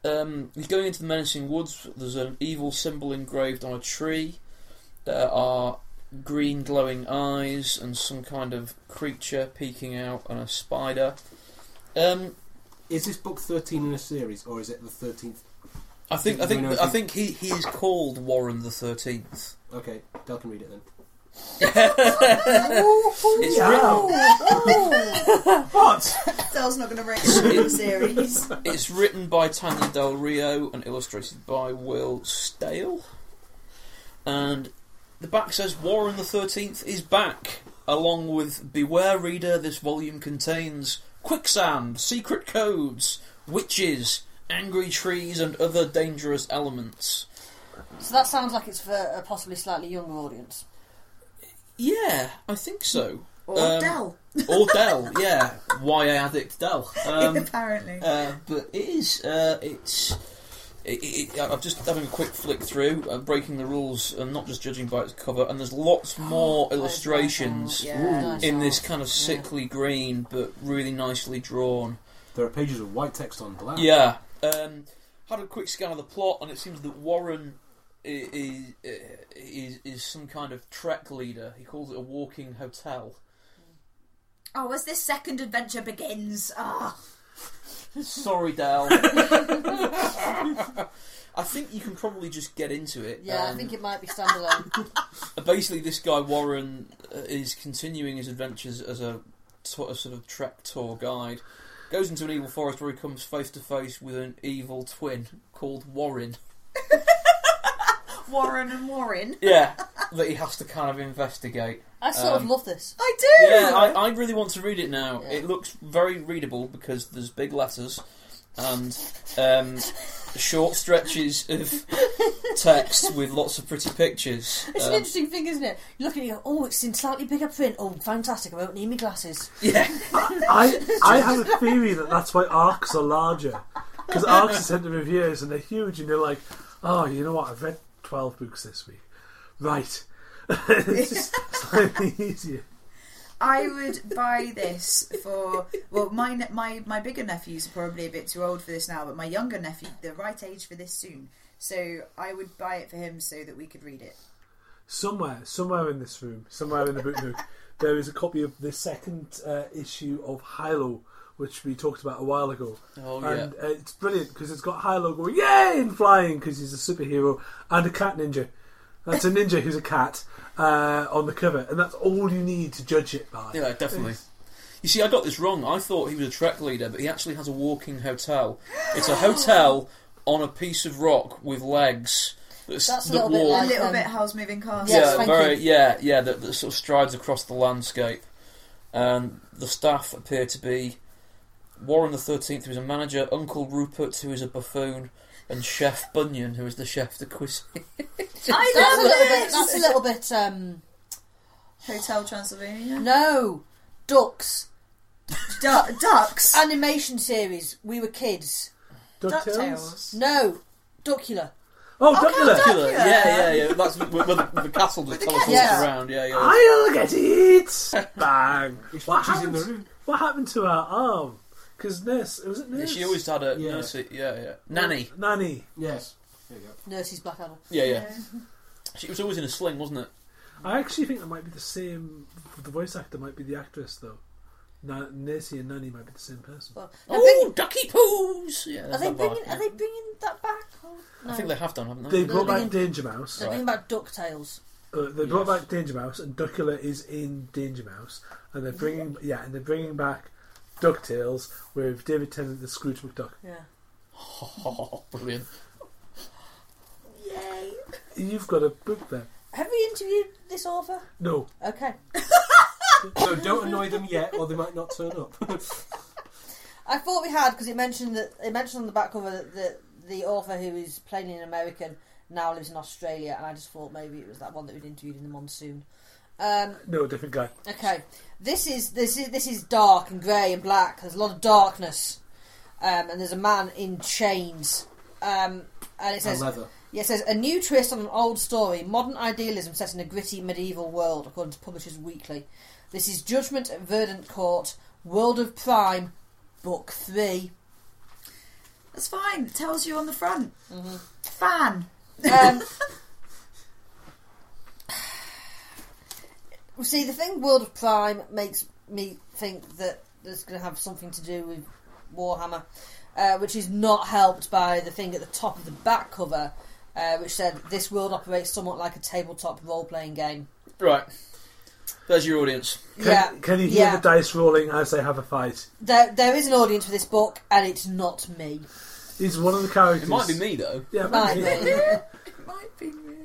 S4: Um, he's going into the menacing woods. There's an evil symbol engraved on a tree. There are green glowing eyes and some kind of creature peeking out and a spider. Um,
S2: Is this book 13 in a series, or is it the 13th?
S4: I think I think
S2: No, no,
S4: I think he, he is called Warren the Thirteenth.
S2: Okay, Del can read it then.
S4: It's
S3: Oh,
S1: What?
S5: Del's not going to rate the series.
S4: written it's written by Tanya Del Rio and illustrated by Will Stale. And the back says Warren the Thirteenth is back, along with Beware Reader. This volume contains quicksand, secret codes, witches, angry trees, and other dangerous elements.
S3: So that sounds like it's for a possibly slightly younger audience.
S4: Yeah, I think so.
S5: Or
S4: Um,
S5: Del,
S4: Or Dell, yeah. YA addict Dell. Um,
S5: apparently.
S4: uh, but it is. Uh, it's. It, it, I'm just having a quick flick through. I'm breaking the rules and not just judging by its cover. And there's lots more illustrations
S3: Yeah, nice
S4: in this
S3: art.
S4: kind of sickly green, but really nicely drawn.
S2: There are pages of white text on black.
S4: Yeah. Um, had a quick scan of the plot, and it seems that Warren is, is is some kind of trek leader. He calls it a walking hotel.
S5: oh, as this second adventure begins. Ah,
S4: Sorry, Dal. I think you can probably just get into it.
S3: Yeah, I
S4: Um, uh,
S3: think it might be standalone.
S4: basically, this guy Warren uh, is continuing his adventures as a, to- a sort of trek tour guide. Goes into an evil forest where he comes face to face with an evil twin called Warren.
S5: Warren and Warren.
S4: Yeah, that he has to kind of investigate.
S3: I sort
S4: Um,
S3: of love this.
S5: I do.
S4: Yeah, I, I really want to read it now.
S3: Yeah.
S4: It looks very readable because there's big letters and um, short stretches of text with lots of pretty pictures.
S3: It's
S4: Um,
S3: an interesting thing, isn't it? You look at it, you go, oh, it's in slightly bigger print. Oh, fantastic! I won't need my glasses.
S4: yeah,
S1: I I have a theory that that's why arcs are larger because arcs are sent to reviewers and they're huge and they're like, oh, you know what? I've read twelve books this week, right? it's just slightly easier.
S5: I would buy this for well, my ne- my my bigger nephews are probably a bit too old for this now, but my younger nephew, the right age for this soon. So I would buy it for him so that we could read it.
S1: Somewhere, somewhere in this room, somewhere in the book nook, there is a copy of the second uh, issue of Hilo, which we talked about a while ago.
S4: Oh, yeah.
S1: and uh, it's brilliant because it's got Hilo going yay and flying because he's a superhero and a cat ninja. That's a ninja who's a cat uh, on the cover, and that's all you need to judge it by.
S4: yeah, definitely. You see, I got this wrong. I thought he was a trek leader, but he actually has a walking hotel. It's a hotel on a piece of rock with legs that's,
S3: That's a
S4: that
S3: little bit
S5: A
S4: walk.
S3: like-
S5: little
S3: Um,
S5: bit Howl's Moving Castle.
S3: Yes,
S4: yeah,
S3: thank
S4: very,
S3: you.
S4: yeah, yeah, that, that sort of strides across the landscape. And the staff appear to be Warren the Thirteenth, who is a manager, Uncle Rupert, who is a buffoon, and Chef Bunyan, who is the chef de cuisine.
S3: That's
S5: I
S3: a
S5: love
S3: little bit.
S5: this!
S3: That's a little bit. Um,
S5: Hotel Transylvania.
S3: no, ducks,
S5: Du- ducks.
S3: Animation series. We were kids.
S1: DuckTales?
S3: No, Duckula.
S1: Oh,
S5: come
S1: Duckula!
S5: on,
S4: Killer.
S5: Yeah.
S4: Yeah, yeah, yeah. That's with, with, with the castle just
S5: the
S4: teleports
S3: cat.
S4: around. Yeah, yeah.
S1: I'll get it! Bang! What
S2: She's in
S1: happened,
S2: the room.
S1: what happened to her arm? Because Nurse, was it Nurse?
S4: She always had a
S2: Yeah.
S4: nurse. Yeah, yeah. Nanny.
S1: Nanny.
S2: Yes. There you go.
S3: Nurse's Black Adder.
S4: Yeah, yeah. She was always in a sling, wasn't it?
S1: I actually think that might be the same. The voice actor might be the actress, though. Na- Nancy and Nanny might be the same person.
S3: Well, they're
S4: Oh, ducky poos. Yeah,
S3: bringing- are
S4: that's
S3: they
S4: that bar.
S3: bringing? Are they bringing that back? Or, no.
S4: Oh, I think they have done, haven't
S1: They
S4: they?
S1: brought
S3: Living
S1: back Danger Mouse.
S3: They're thinking about Ducktales.
S1: Uh, they brought
S4: Yes.
S1: back Danger Mouse, and Duckula is in Danger Mouse, and they're bringing yeah, and they're bringing back Ducktales with David Tennant as Scrooge McDuck.
S3: Yeah.
S4: Oh, Brilliant.
S5: Yay.
S1: You've got a book there.
S3: Have we interviewed this author?
S1: No,
S3: Okay.
S2: So don't annoy them yet, or they might not turn up.
S3: I thought we had because it mentioned that it mentioned on the back cover that the, the author who is plainly an American now lives in Australia, and I just thought maybe it was that one that we'd interviewed in the monsoon. Um,
S1: no, different guy.
S3: okay, this is this is this is dark and grey and black. There's a lot of darkness, um, and there's a man in chains. Um, and it
S2: and
S3: says
S2: leather.
S3: yeah, it says a new twist on an old story, modern idealism set in a gritty medieval world, according to Publishers Weekly. This is Judgment at Verdant Court, World of Prime, Book Three.
S5: That's fine. It tells you on the front. Fan.
S3: Um, well, see, the thing World of Prime makes me think that there's going to have something to do with Warhammer, uh, which is not helped by the thing at the top of the back cover, uh, which said this world operates somewhat like a tabletop role-playing game.
S4: Right. There's your audience.
S1: Can,
S3: yeah,
S1: can you hear
S3: yeah.
S1: the dice rolling as they have a fight?
S3: There, there is an audience for this book, and it's not me.
S1: He's one of the characters.
S4: It might be me though.
S1: Yeah, it might
S3: Might
S1: be.
S3: be.
S5: Might be me.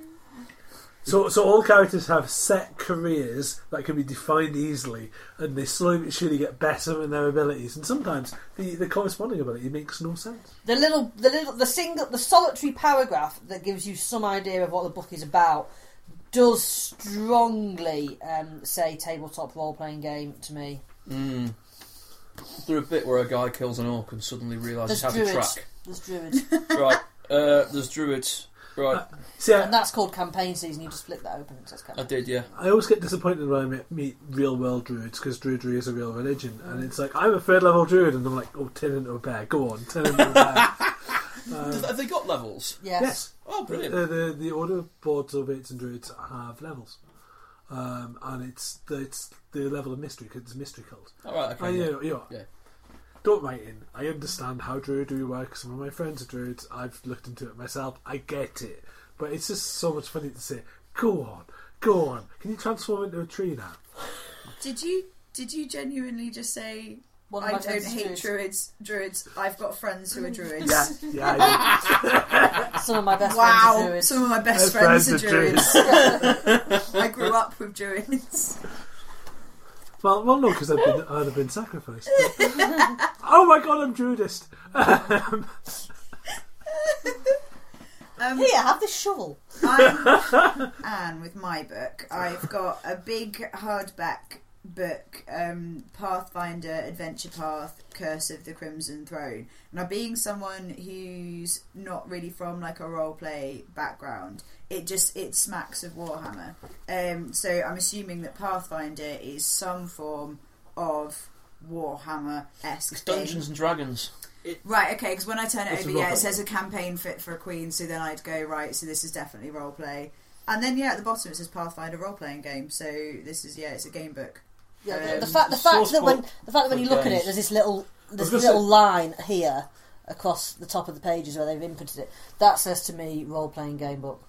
S1: So, so all characters have set careers that can be defined easily, and they slowly but surely get better in their abilities. And sometimes the, the corresponding ability makes no sense.
S3: The little, the little, the single, the solitary paragraph that gives you some idea of what the book is about does strongly um, say tabletop role playing game to me.
S2: Hmm.
S4: Mm. Is there a bit where a guy kills an orc and suddenly
S3: There's
S4: realises how to
S3: druids.
S4: track?
S3: There's druids,
S4: right. Uh, there's druids.
S3: Uh,
S4: Right.
S1: See, I,
S3: and that's called campaign season. You just flip that open. It says
S4: I
S3: campaign.
S4: did. Yeah.
S1: I always get disappointed when I meet, meet real world druids because druidry is a real religion, and it's like I'm a third level druid, and I'm like, oh, turn into a bear. Go on, turn into a bear. Um,
S2: uh,
S4: Does- have they got levels?
S3: Yes.
S1: yes,
S4: Oh,
S1: the,
S4: brilliant.
S1: the the order of boards of eights and druids have levels, um, and it's the, it's the level of mystery because it's a mystery cult.
S4: All right. Okay.
S1: I,
S4: yeah.
S2: uh,
S1: you know, you know,
S4: Yeah.
S1: Oh, Don't write in. I understand how druidry works. Some of my friends are druids. I've looked into it myself. I get it, but it's just so much funny to say. Go on, go on. Can you transform into a tree now?
S5: Did you did you genuinely just say
S3: One of
S5: I
S3: my
S5: don't
S3: friends is
S5: hate
S3: druid.
S5: druids. druids. I've got friends who are druids.
S1: Yeah, yeah. I did.
S3: Some of my best friends are
S5: Wow,
S3: druids.
S5: some of my best
S1: Best
S5: friends,
S1: friends
S5: are
S1: are
S5: druids. I grew up with druids.
S1: Well, well, no, because I've been, I'd have been sacrificed. oh my god, I'm Druidist.
S5: Um,
S3: Here, have this shovel.
S5: I'm Anne with my book. I've got a big hardback book, um, Pathfinder Adventure Path Curse of the Crimson Throne. Now, being someone who's not really from like a roleplay background, it just it smacks of Warhammer. Um, so I'm assuming that Pathfinder is some form of Warhammer esque
S4: It's Dungeons and Dragons.
S5: Right, okay, because when I turn it
S2: It's a
S5: over, yeah,
S2: roleplay
S5: it says a campaign fit for a queen, so then I'd go, right, so this is definitely roleplay. And then, yeah, at the bottom it says Pathfinder role playing game, so this is, yeah, it's a game book.
S3: Yeah,
S5: Um,
S3: the fact, the fact that when the fact that when you look at
S4: Source
S3: it, there's this little there's
S2: gonna
S3: this
S2: say-
S3: little line here across the top of the pages where they've inputted it. That says to me role playing game book.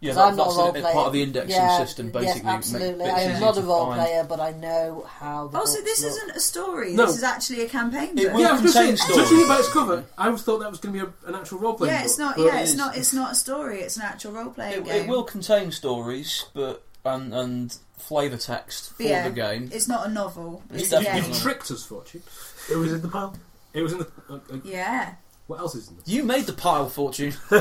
S4: Yeah,
S3: 'Cause
S4: that-
S3: I'm not
S4: that's
S3: a role
S4: in-
S3: player.
S4: part of the indexing
S3: Yeah,
S4: system, basically.
S3: Yes, absolutely. I am
S4: am
S3: not a role player, but I know how. The
S5: Oh, so
S3: books
S5: this
S3: look.
S5: isn't a story,
S2: No.
S5: this is actually a campaign
S4: It
S5: book.
S4: will
S2: Yeah, I was
S4: contain
S2: going to say,
S4: stories.
S2: judging by its cover, I always thought that was going to be a, an actual role-playing
S5: yeah, it's not.
S2: book.
S4: Well,
S5: Yeah,
S4: it
S5: it's
S4: is.
S5: not. It's not a story. It's an actual role-playing
S4: It,
S5: game.
S4: it will contain stories, but and and flavour text for
S5: But yeah,
S4: the game.
S5: It's not a novel.
S4: It's
S5: It's a
S4: definitely
S5: game.
S4: not.
S2: You've tricked us, Fortune.
S1: It was in the pile.
S2: It was in the... Uh, uh,
S5: Yeah,
S2: What else is in this?
S4: You made the pile, Fortune.
S5: So,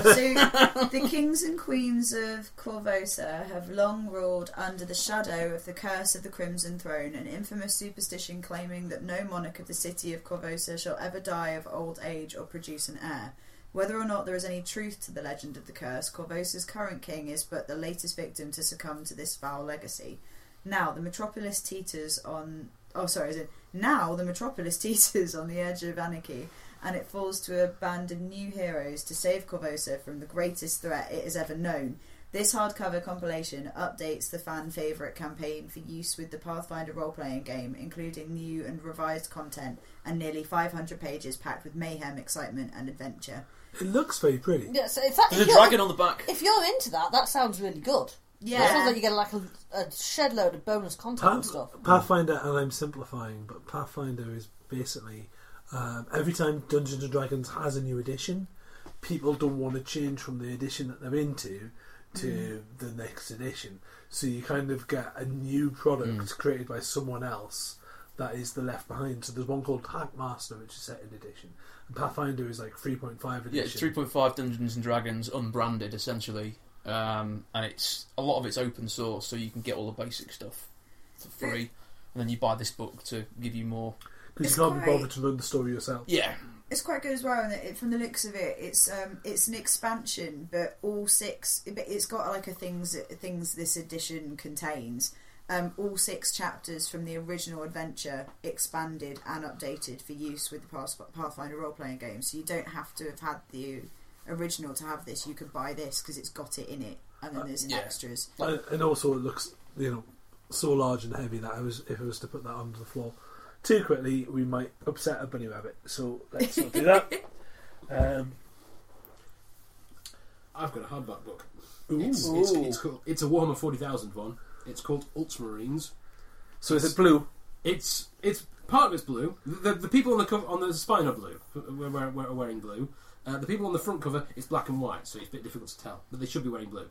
S5: the kings and queens of Corvosa have long ruled under the shadow of the curse of the Crimson Throne, an infamous superstition claiming that no monarch of the city of Corvosa shall ever die of old age or produce an heir. Whether or not there is any truth to the legend of the curse, Corvosa's current king is but the latest victim to succumb to this foul legacy. Now the metropolis teeters on. Oh, sorry. Is it now the metropolis teeters on the edge of anarchy, and it falls to a band of new heroes to save Corvosa from the greatest threat it has ever known. This hardcover compilation updates the fan favorite campaign for use with the Pathfinder role playing game, including new and revised content and nearly 500 pages packed with mayhem, excitement, and adventure.
S1: It looks very pretty.
S3: Yeah, so if, that,
S4: There's
S3: if
S4: a
S3: you're-
S4: dragon on the back.
S3: If you're into that, that sounds really good. It sounds like you get like a, a shed load of bonus content and
S1: Path,
S3: stuff.
S1: Pathfinder, and I'm simplifying, but Pathfinder is basically um, every time Dungeons and Dragons has a new edition, people don't want to change from the edition that they're into to the next edition. So you kind of get a new product created by someone else that is the left behind. So there's one called Hackmaster, which is second edition, and Pathfinder is like 3.5
S4: Yeah, it's
S1: edition.
S4: 3.5 Dungeons and Dragons, unbranded essentially, um, and it's a lot of it's open source, so you can get all the basic stuff for free, and then you buy this book to give you more.
S1: because
S5: It's
S1: you can't be
S5: quite-
S1: bothered to learn the story yourself.
S4: Yeah,
S5: It's quite good as well, and it, from the looks of it, it's um, it's an expansion, but all six. But it's got like a things things this edition contains. Um, all six chapters from the original adventure expanded and updated for use with the Path- Pathfinder role playing game. So you don't have to have had the original to have this. You could buy this because it's got it in it, and then there's
S4: yeah.
S5: extras.
S1: and, and also it looks you know so large and heavy that I was if I was to put that onto the floor too quickly we might upset a bunny rabbit so let's not do that um,
S2: I've got a hardback book.
S1: ooh.
S2: It's, it's, it's, called, it's a Warhammer 40,000 one. It's called Ultramarines.
S1: so is it blue
S2: It's it's part of it's blue. The, the, the people on the cover, on the spine are blue. We're, we're, we're wearing blue. Uh, the people on the front cover it's black and white, so it's a bit difficult to tell. But they should be wearing blue.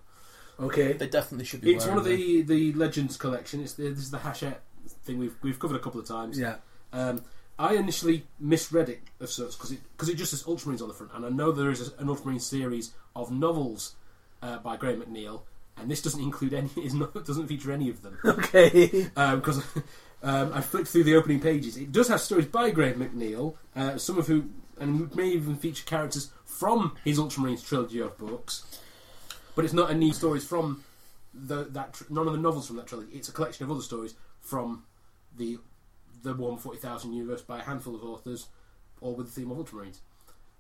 S1: okay
S4: they definitely should be.
S2: It's
S4: wearing
S2: one
S4: them.
S2: of the, the Legends collection. It's the, this is the Hachette thing we've we've covered a couple of times.
S1: yeah
S2: Um, I initially misread it of sorts because it because it just says Ultramarines on the front, and I know there is a, an Ultramarine series of novels uh, by Graham McNeil, and this doesn't include any. Is not doesn't feature any of them
S1: okay
S2: because Uh, um, I flicked through the opening pages. It does have stories by Graham McNeil, uh, some of who and may even feature characters from his Ultramarines trilogy of books, but it's not any stories from the, that tr- none of the novels from that trilogy. It's a collection of other stories from the the Warm Forty Thousand universe by a handful of authors, all with the theme of Ultramarines.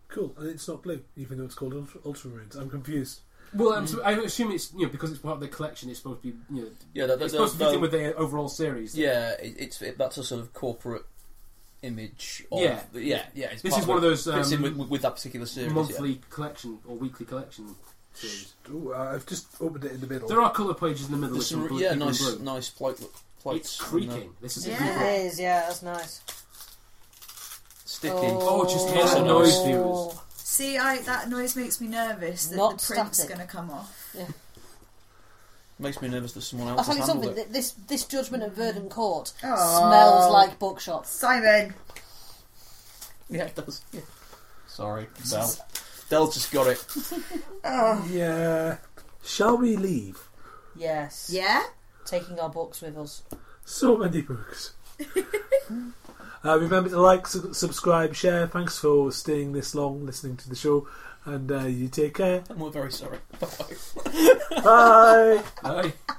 S1: cool and it's not blue even though it's called Ultra- Ultramarines I'm confused
S2: Well,
S4: Mm.
S2: I'm, I assume it's you know because it's part of the collection. It's supposed to be you know
S4: yeah, that, that,
S2: it's supposed to
S4: that-
S2: fit in with the overall series.
S4: yeah, it, it's it, that's a sort of corporate image. Of,
S2: Yeah.
S4: yeah, yeah. It's
S2: This
S4: part
S2: is one of those,
S4: fits in
S2: um,
S4: with, with that particular series.
S2: monthly
S4: yeah.
S2: collection or weekly collection series.
S1: Ooh, uh, I've just opened it in the middle
S2: There are colour pages in the middle.
S4: There's
S2: With
S4: some,
S2: some blue,
S4: yeah,
S2: people in
S4: nice,
S2: blue.
S4: nice plate. uh,
S2: It's creaking. This is
S5: Yeah.
S2: a
S3: It is, yeah, that's nice.
S4: Sticky.
S2: Oh, just
S4: hear the noise
S2: theories.
S5: See, I that noise makes me nervous that
S3: Not
S5: the print's
S3: static.
S5: going to come off.
S4: Makes me nervous that someone else
S3: I'll
S4: has
S3: tell you
S4: handled
S3: something.
S4: it.
S3: th- This this judgment at Verdant Court
S5: Oh.
S3: smells like bookshop.
S5: Simon,
S4: Yeah, it does. Yeah. Sorry, Del. Del just got it.
S1: yeah shall we leave
S3: Yes.
S5: yeah.
S3: Taking our books with us.
S1: So many books. uh, remember to like, su- subscribe, share. Thanks for staying this long listening to the show. And uh, you take care.
S4: And we're very sorry. Bye.
S1: Bye.
S2: Aye.